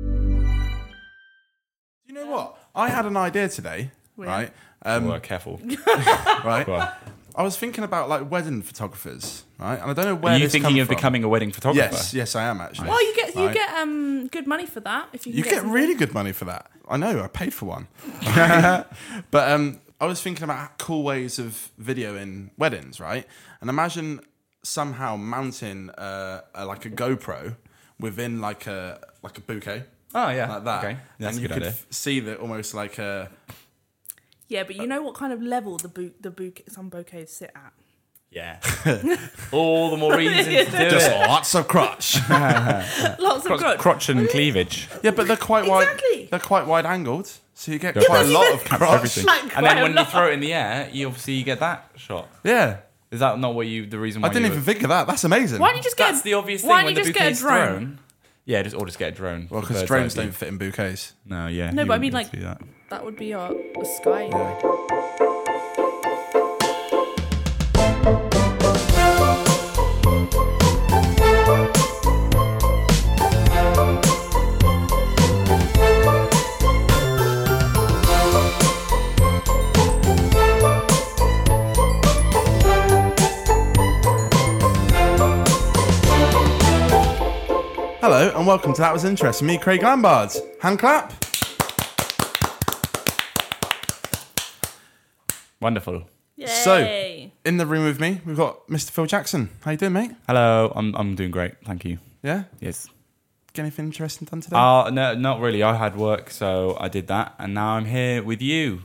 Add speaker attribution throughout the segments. Speaker 1: Do you know what? I had an idea today, right? Um,
Speaker 2: Well, careful.
Speaker 1: right.
Speaker 2: Go on.
Speaker 1: I was thinking about like wedding photographers, right? And I don't know where
Speaker 2: Are you
Speaker 1: this
Speaker 2: thinking
Speaker 1: come
Speaker 2: of
Speaker 1: from.
Speaker 2: becoming a wedding photographer?
Speaker 1: Yes, yes, I am actually.
Speaker 3: Well, you get you
Speaker 1: Right.
Speaker 3: get um good money for that if you can
Speaker 1: You get
Speaker 3: some-
Speaker 1: really good money for that. I know. I paid for one. but um, I was thinking about cool ways of videoing weddings, right? And imagine somehow mounting uh, a, like a GoPro within like a like a bouquet.
Speaker 2: Oh, yeah.
Speaker 1: like that.
Speaker 2: Okay. That's
Speaker 1: and
Speaker 2: a
Speaker 1: you
Speaker 2: good
Speaker 1: could
Speaker 2: idea.
Speaker 1: f- see that almost like a
Speaker 3: Yeah, but you know what kind of level the bou- the bouquet some bouquets sit at.
Speaker 2: Yeah. All the more reason to do it.
Speaker 1: lots of crotch.
Speaker 3: Lots of
Speaker 2: Crotch,
Speaker 3: crotch.
Speaker 2: crotch and cleavage.
Speaker 1: yeah, but they're quite wide.
Speaker 3: Exactly.
Speaker 1: They're quite wide angled, so you get
Speaker 2: Yeah,
Speaker 1: quite a
Speaker 2: but
Speaker 1: lot
Speaker 3: even-
Speaker 1: of crotch.
Speaker 2: Everything.
Speaker 3: Like
Speaker 2: and then
Speaker 3: quite
Speaker 2: when
Speaker 3: a
Speaker 2: you
Speaker 3: lot.
Speaker 2: throw it in the air, you obviously you get that shot.
Speaker 1: Yeah,
Speaker 2: Is that not what you the reason
Speaker 1: I
Speaker 2: why
Speaker 1: didn't
Speaker 2: you uh,
Speaker 1: even
Speaker 2: were-
Speaker 1: think of that. That's amazing.
Speaker 3: Why don't you just get
Speaker 2: That's the obvious thing
Speaker 3: Why don't
Speaker 2: when
Speaker 3: you
Speaker 2: the
Speaker 3: just get a
Speaker 2: bouquet's
Speaker 3: drone?
Speaker 2: thrown. Yeah, just or just get a drone. for
Speaker 1: Well, because
Speaker 2: bird's
Speaker 1: drones
Speaker 2: eye view.
Speaker 1: don't fit in bouquets.
Speaker 2: No, yeah.
Speaker 3: No,
Speaker 2: you
Speaker 3: but I mean
Speaker 2: wouldn't be able
Speaker 3: like
Speaker 2: to do that.
Speaker 3: that. would be our a sky.
Speaker 1: Hello and welcome to That Was Interesting. Me, Craig Lambard. Hand clap.
Speaker 2: Wonderful.
Speaker 1: So, in the room with me, we've got Mr. Phil Jackson. How you doing, mate?
Speaker 2: Hello, I'm I'm doing great. Thank you.
Speaker 1: Yeah.
Speaker 2: Yes.
Speaker 1: Get anything interesting done today?
Speaker 2: Uh, no, not really. I had work, so I did that, and now I'm here with you,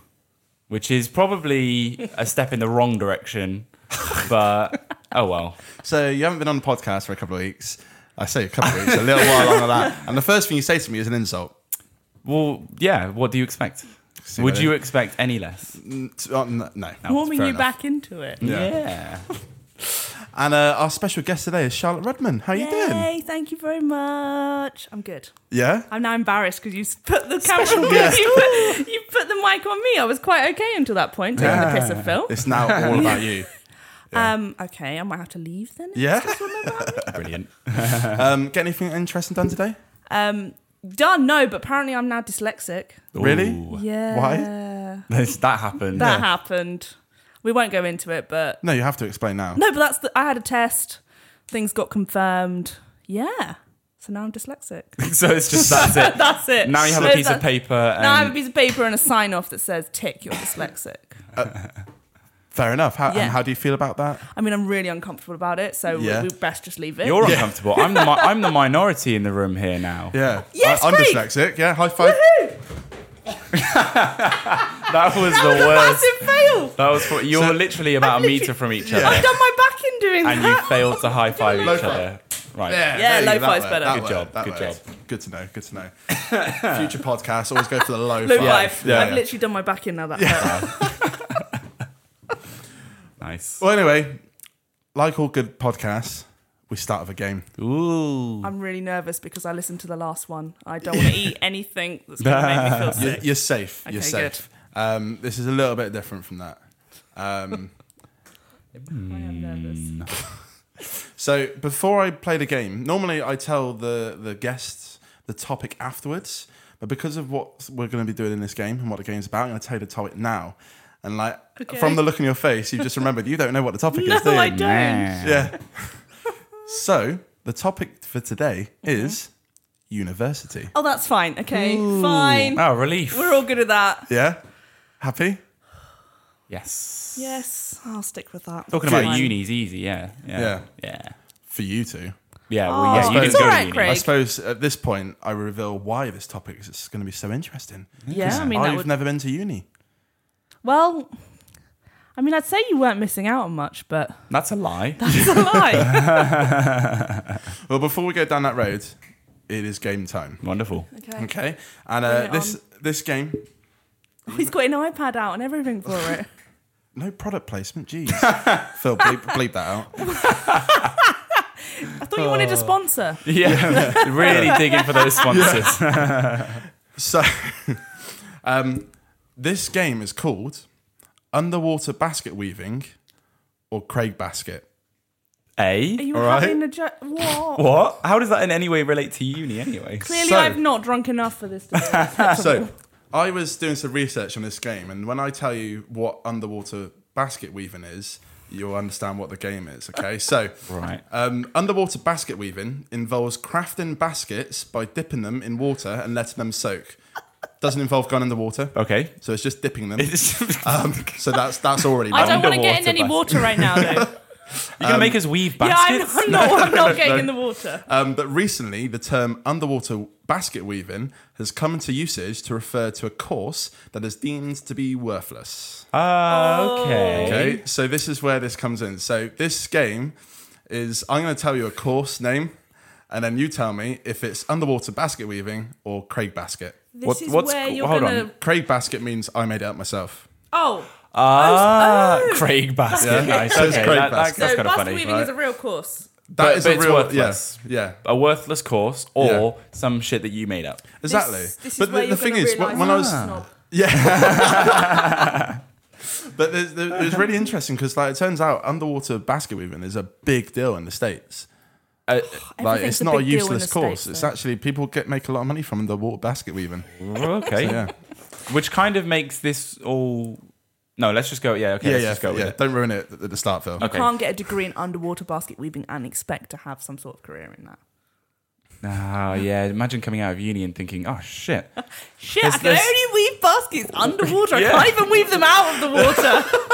Speaker 2: which is probably a step in the wrong direction, but oh well.
Speaker 1: so you haven't been on the podcast for a couple of weeks. I say a couple of weeks, a little while longer than that. And the first thing you say to me is an insult.
Speaker 2: Well, yeah. What do you expect? Would
Speaker 1: what I
Speaker 2: you
Speaker 1: did?
Speaker 2: expect any less?
Speaker 1: T- uh, n- No.
Speaker 3: warming you
Speaker 1: fair enough.
Speaker 3: back into it.
Speaker 2: Yeah.
Speaker 1: And uh, our special guest today is Charlotte Rudman. How you doing?
Speaker 3: Yay! Thank you very much. I'm good.
Speaker 1: Yeah.
Speaker 3: I'm now embarrassed because you s- put the camera. you, put, you put the mic on me. I was quite okay until that point, taking the piss of Phil.
Speaker 1: It's now all about you.
Speaker 3: Um, okay, I might have to leave then.
Speaker 1: Yeah.
Speaker 2: Brilliant.
Speaker 1: Um, get anything interesting done today?
Speaker 3: Um, done. No, but apparently I'm now dyslexic.
Speaker 1: Really?
Speaker 2: Ooh.
Speaker 3: Yeah.
Speaker 1: Why?
Speaker 2: This- that happened.
Speaker 3: That happened. We won't go into it, but
Speaker 1: No, you have to explain now.
Speaker 3: no, but that's the, I had a test. Things got confirmed. Yeah. So now I'm dyslexic.
Speaker 2: so it's just that's it.
Speaker 3: That's it.
Speaker 2: Now you have a
Speaker 3: There's
Speaker 2: piece of
Speaker 3: that-
Speaker 2: paper.
Speaker 3: Now I have a
Speaker 2: And
Speaker 3: piece of paper and a sign off that says tick. You're dyslexic.
Speaker 1: Fair enough. How,
Speaker 3: Yeah.
Speaker 1: and how do you feel about that?
Speaker 3: I mean, I'm really uncomfortable about it, so
Speaker 1: Yeah.
Speaker 3: we, we best just leave it.
Speaker 2: you're uncomfortable. I'm the mi- I'm the minority in the room here now.
Speaker 1: Yeah.
Speaker 3: Yes,
Speaker 1: I, am
Speaker 3: Craig.
Speaker 1: dyslexic. Yeah. High five.
Speaker 2: That was the
Speaker 3: that was a
Speaker 2: worst.
Speaker 3: massive fail.
Speaker 2: That was for, you were
Speaker 1: So-
Speaker 2: literally about
Speaker 3: I've
Speaker 2: a
Speaker 3: literally-
Speaker 2: meter from each
Speaker 3: I've
Speaker 2: other,
Speaker 3: done my back in doing
Speaker 2: and you
Speaker 3: that.
Speaker 2: failed to high five
Speaker 1: Low
Speaker 2: each
Speaker 1: five.
Speaker 2: other. Right.
Speaker 3: Yeah,
Speaker 1: there you
Speaker 3: low
Speaker 1: go, that
Speaker 3: five's
Speaker 1: worked,
Speaker 3: better.
Speaker 1: that
Speaker 2: Good
Speaker 1: worked,
Speaker 2: job,
Speaker 1: that
Speaker 2: good
Speaker 1: worked.
Speaker 2: job.
Speaker 1: Good to know. Good to know. Future podcasts always go for the low,
Speaker 3: Low
Speaker 1: five.
Speaker 3: five.
Speaker 1: Yeah,
Speaker 3: I've
Speaker 1: yeah.
Speaker 3: literally done my back in now. That fail.
Speaker 2: Nice.
Speaker 1: Well, anyway, like all good podcasts, we start with a game.
Speaker 2: Ooh.
Speaker 3: I'm really nervous because I listened to the last one. I don't want to eat anything that's going to make me feel
Speaker 1: You're,
Speaker 3: sick.
Speaker 1: you're safe.
Speaker 3: Okay,
Speaker 1: you're safe. Um, this is a little bit different from that. Um,
Speaker 3: I am
Speaker 2: Mm.
Speaker 3: nervous.
Speaker 1: so before I play the game, normally I tell the the guests the topic afterwards, but because of what we're going to be doing in this game and what the game's about, I'm going to tell you the topic now. And like from the look on your face, you just remembered you don't know what the topic is. Do
Speaker 3: No,
Speaker 1: you?
Speaker 3: I don't.
Speaker 1: Yeah. so the topic for today is university.
Speaker 3: Oh, that's fine. Okay, fine.
Speaker 2: Oh, relief.
Speaker 3: We're all good at that.
Speaker 1: Yeah. Happy?
Speaker 2: Yes.
Speaker 3: Yes, I'll stick with that.
Speaker 2: Talking
Speaker 1: Good.
Speaker 2: about uni's easy, yeah.
Speaker 1: Yeah.
Speaker 2: Yeah. Yeah. Yeah.
Speaker 1: For you two.
Speaker 2: well, yeah, you
Speaker 1: it's
Speaker 2: didn't go
Speaker 3: alright,
Speaker 2: to uni.
Speaker 3: Craig.
Speaker 1: I
Speaker 3: Egg.
Speaker 1: suppose at this point I reveal why this topic is going to be so interesting.
Speaker 3: Yeah, I mean that
Speaker 1: I've
Speaker 3: would.
Speaker 1: never been to uni.
Speaker 3: Well, I mean, I'd say you weren't missing out on much, but
Speaker 2: That's a lie.
Speaker 3: it's a lie.
Speaker 1: Well, before we go down that road, it is game time.
Speaker 2: Wonderful.
Speaker 3: Okay.
Speaker 1: Okay, and
Speaker 3: Bring
Speaker 1: uh,
Speaker 3: it
Speaker 1: this
Speaker 3: on.
Speaker 1: this game,
Speaker 3: He's got an iPad out and everything for it.
Speaker 1: no product placement. Jeez, Phil, bleep, bleep that out.
Speaker 3: I thought you
Speaker 2: Oh.
Speaker 3: wanted a sponsor.
Speaker 2: Yeah, really digging for those sponsors.
Speaker 1: So, um, this game is called underwater basket weaving or Craig basket.
Speaker 3: Are
Speaker 2: A
Speaker 3: you
Speaker 1: All right.
Speaker 3: having a jo- what?
Speaker 2: what? How does that in any way relate to uni anyway?
Speaker 3: Clearly,
Speaker 1: So-
Speaker 3: I've not drunk enough for this. Today.
Speaker 1: So, I was doing some research on this game, and when I tell you what underwater basket weaving is, you'll understand what the game is. Okay, so
Speaker 2: Right.
Speaker 1: um, underwater basket weaving involves crafting baskets by dipping them in water and letting them soak. Doesn't involve going in the water.
Speaker 2: Okay.
Speaker 1: So it's just dipping them.
Speaker 2: It's-
Speaker 1: Um, so that's that's already.
Speaker 3: I don't want to get in
Speaker 2: Underwater
Speaker 3: any
Speaker 2: basket.
Speaker 3: water right now, though.
Speaker 2: You're gonna make us weave
Speaker 3: yeah, I'm,
Speaker 2: baskets?
Speaker 3: I'm not. I'm not getting in the water.
Speaker 1: Um, but recently, the term underwater basket weaving has come into usage to refer to a course that is deemed to be worthless.
Speaker 2: Ah, okay.
Speaker 1: Okay, so this is where this comes in. So this game is I'm going to tell you a course name, and then you tell me if it's underwater basket weaving or Craig basket.
Speaker 3: This
Speaker 2: What-
Speaker 3: is
Speaker 2: what's
Speaker 3: where
Speaker 2: co-
Speaker 3: you're
Speaker 2: hold on.
Speaker 3: gonna.
Speaker 1: Craig basket means I made it up myself.
Speaker 3: Oh,
Speaker 2: Ah, Craig basket. Nice.
Speaker 1: So it's
Speaker 2: okay,
Speaker 1: Craig
Speaker 2: that- that-
Speaker 1: basket.
Speaker 2: that's
Speaker 3: so
Speaker 2: kind of
Speaker 3: basket
Speaker 2: funny.
Speaker 3: weaving is a real course.
Speaker 1: That
Speaker 2: But-
Speaker 1: is
Speaker 2: but it's
Speaker 1: a real
Speaker 2: worthless.
Speaker 1: yeah yeah
Speaker 2: A worthless course or some shit that you made up.
Speaker 1: exactly.
Speaker 3: This, this is
Speaker 1: but
Speaker 3: where
Speaker 1: the, the
Speaker 3: you're
Speaker 1: thing
Speaker 3: gonna
Speaker 1: is, when,
Speaker 3: realise
Speaker 1: when I
Speaker 3: I'm
Speaker 1: was
Speaker 3: a snob.
Speaker 1: But there's, there- it's really interesting because like it turns out underwater basket weaving is a big deal in the states. Uh, like
Speaker 3: Oh, Everything's
Speaker 1: it's
Speaker 3: a
Speaker 1: not a
Speaker 3: big deal in
Speaker 1: useless
Speaker 3: the
Speaker 1: course.
Speaker 3: States,
Speaker 1: it's
Speaker 3: though.
Speaker 1: actually people get make a lot of money from underwater basket weaving.
Speaker 2: Okay.
Speaker 1: Yeah,
Speaker 2: Which kind of makes this all. No, let's just go. Yeah, okay.
Speaker 1: yeah,
Speaker 2: let's
Speaker 1: yeah.
Speaker 2: just go with
Speaker 1: yeah.
Speaker 2: it.
Speaker 1: Don't ruin it at the start, Phil.
Speaker 2: Okay.
Speaker 3: Can't get a degree in underwater basket weaving and expect to have some sort of career in that.
Speaker 2: Ah, yeah. Imagine coming out of uni and thinking, oh, shit.
Speaker 3: Shit,
Speaker 2: There's-
Speaker 3: I can
Speaker 2: there's-
Speaker 3: only weave baskets underwater.
Speaker 2: Yeah.
Speaker 3: I can't even weave them out of the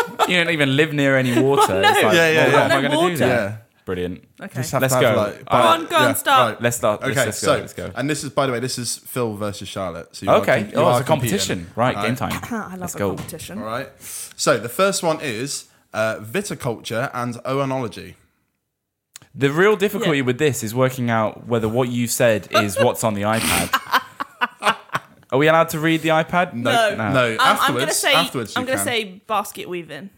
Speaker 3: water.
Speaker 2: you don't even live near any water. It's
Speaker 1: Yeah, yeah,
Speaker 2: like, well,
Speaker 1: yeah.
Speaker 2: What am
Speaker 3: No
Speaker 2: I going to do
Speaker 3: water.
Speaker 2: then?
Speaker 1: Yeah.
Speaker 2: Brilliant.
Speaker 3: Okay.
Speaker 1: Just have
Speaker 2: Let's
Speaker 1: to have,
Speaker 2: go.
Speaker 1: like,
Speaker 2: Come
Speaker 1: bi-
Speaker 3: on, go and start.
Speaker 2: Let's start. Let's-
Speaker 1: Okay,
Speaker 2: let's go,
Speaker 1: so
Speaker 2: let's go.
Speaker 1: and this is, by the way, this is Phil versus Charlotte. So you are
Speaker 2: Okay.
Speaker 1: com- you
Speaker 2: Oh,
Speaker 1: are
Speaker 2: it's a competition.
Speaker 1: competing.
Speaker 2: Right,
Speaker 1: All
Speaker 2: game time.
Speaker 3: I love
Speaker 2: Let's
Speaker 3: a
Speaker 2: go.
Speaker 3: competition.
Speaker 1: All right. So the first one is uh, viticulture and oenology.
Speaker 2: The real difficulty
Speaker 3: Yeah.
Speaker 2: with this is working out whether what you said is what's on the iPad. Are we allowed to read the iPad?
Speaker 3: No.
Speaker 2: Ah.
Speaker 1: no.
Speaker 3: Um, I'm
Speaker 1: afterwards,
Speaker 3: gonna say.
Speaker 1: afterwards you
Speaker 3: I'm gonna
Speaker 1: can.
Speaker 3: say basket weaving.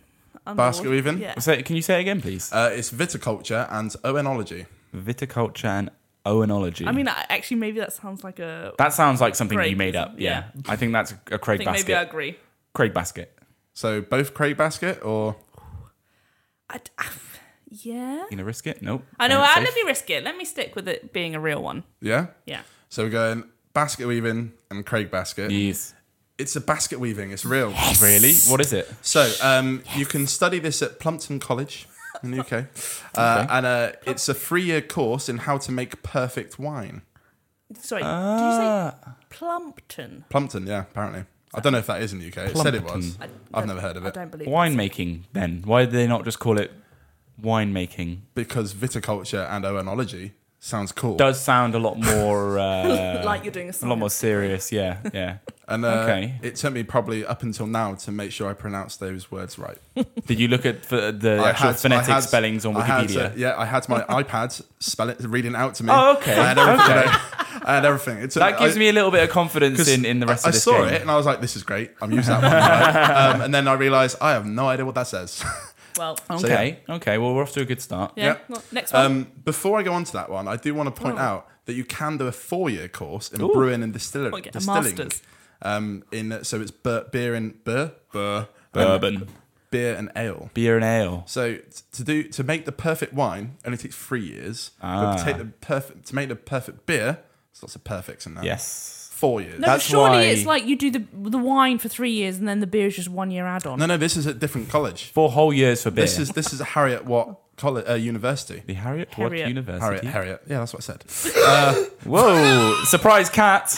Speaker 3: Underwater.
Speaker 1: Basket weaving?
Speaker 3: Yeah.
Speaker 2: Say, can you say it again, please?
Speaker 1: Uh, it's viticulture and oenology.
Speaker 2: Viticulture and oenology.
Speaker 3: I mean, I- actually, maybe that sounds like a.
Speaker 2: that sounds like something
Speaker 3: Craig,
Speaker 2: you made up. Yeah. I think that's a Craig
Speaker 3: I think
Speaker 2: basket.
Speaker 3: maybe I agree.
Speaker 2: Craig basket.
Speaker 1: So both Craig basket or
Speaker 3: I d- uh, yeah.
Speaker 2: You gonna risk it? Nope.
Speaker 3: I know.
Speaker 2: Don't
Speaker 3: I,
Speaker 2: save.
Speaker 3: let me risk it. Let me stick with it being a real one.
Speaker 1: yeah.
Speaker 3: Yeah.
Speaker 1: So we're going basket weaving and Craig basket.
Speaker 2: Yes.
Speaker 1: It's a basket weaving. It's real.
Speaker 2: Really? What is it?
Speaker 1: So um, you can study this at Plumpton College in the UK, uh, and uh, it's a three-year course in how to make perfect wine.
Speaker 3: Sorry. did you say
Speaker 1: Ah.
Speaker 3: Plumpton?
Speaker 1: Plumpton, yeah, apparently. I don't know if that is in the UK. It said it was. I've never heard of
Speaker 3: I
Speaker 1: it
Speaker 3: don't believe.
Speaker 2: Winemaking. Then why did they not just call it winemaking?
Speaker 1: because viticulture and oenology sounds cool.
Speaker 2: Does sound a lot more uh,
Speaker 3: Like you're doing a
Speaker 2: a lot more
Speaker 3: science.
Speaker 2: serious. Yeah. Yeah.
Speaker 1: And uh,
Speaker 2: Okay.
Speaker 1: it took me probably up until now to make sure I pronounced those words right.
Speaker 2: Did you look at the, the
Speaker 1: I
Speaker 2: actual
Speaker 1: had-
Speaker 2: phonetic
Speaker 1: I had-
Speaker 2: spellings on
Speaker 1: I had,
Speaker 2: Wikipedia?
Speaker 1: uh, yeah, I had my iPad spell it, reading it out to me.
Speaker 2: Oh, okay.
Speaker 1: I had everything.
Speaker 2: Okay.
Speaker 1: I had everything. It took,
Speaker 2: that gives
Speaker 1: I-
Speaker 2: me a little bit of confidence
Speaker 1: 'cause
Speaker 2: in, in the rest
Speaker 1: I,
Speaker 2: of this
Speaker 1: I saw
Speaker 2: game.
Speaker 1: it and I was like, "This is great. I'm using that one." right? um, and then I realized I have no idea what that says.
Speaker 3: Well.
Speaker 1: So, yeah.
Speaker 2: Okay. Okay. Well, we're off to a good start.
Speaker 3: yeah.
Speaker 1: yeah.
Speaker 3: well, Next one.
Speaker 1: Um, before I go on to that one, I do want to point
Speaker 3: Oh.
Speaker 1: out that you can do a four-year course in brewing and distiller-
Speaker 3: Or get a
Speaker 1: distilling.
Speaker 3: master's.
Speaker 1: Um, in so it's bur- beer and beer, beer,
Speaker 2: Bourbon,
Speaker 1: beer and ale.
Speaker 2: beer, and ale.
Speaker 1: So t- to do to make the perfect wine only takes three years. But to
Speaker 3: Ah.
Speaker 1: take the perfect to make the perfect beer, there's lots of perfects in that.
Speaker 2: Yes.
Speaker 1: four years.
Speaker 3: No, but
Speaker 2: That's
Speaker 3: surely
Speaker 2: why-
Speaker 3: it's like you do the the wine for three years and then the beer is just one year add on.
Speaker 1: no, no, this is at different college.
Speaker 2: Four whole years for beer.
Speaker 1: This is this is Harriet Watt College uh, University.
Speaker 2: the Harriet, Watt
Speaker 3: Harriet.
Speaker 2: University.
Speaker 1: Harriet, Harriet. Yeah, that's what I said.
Speaker 2: Whoa! Surprise cat.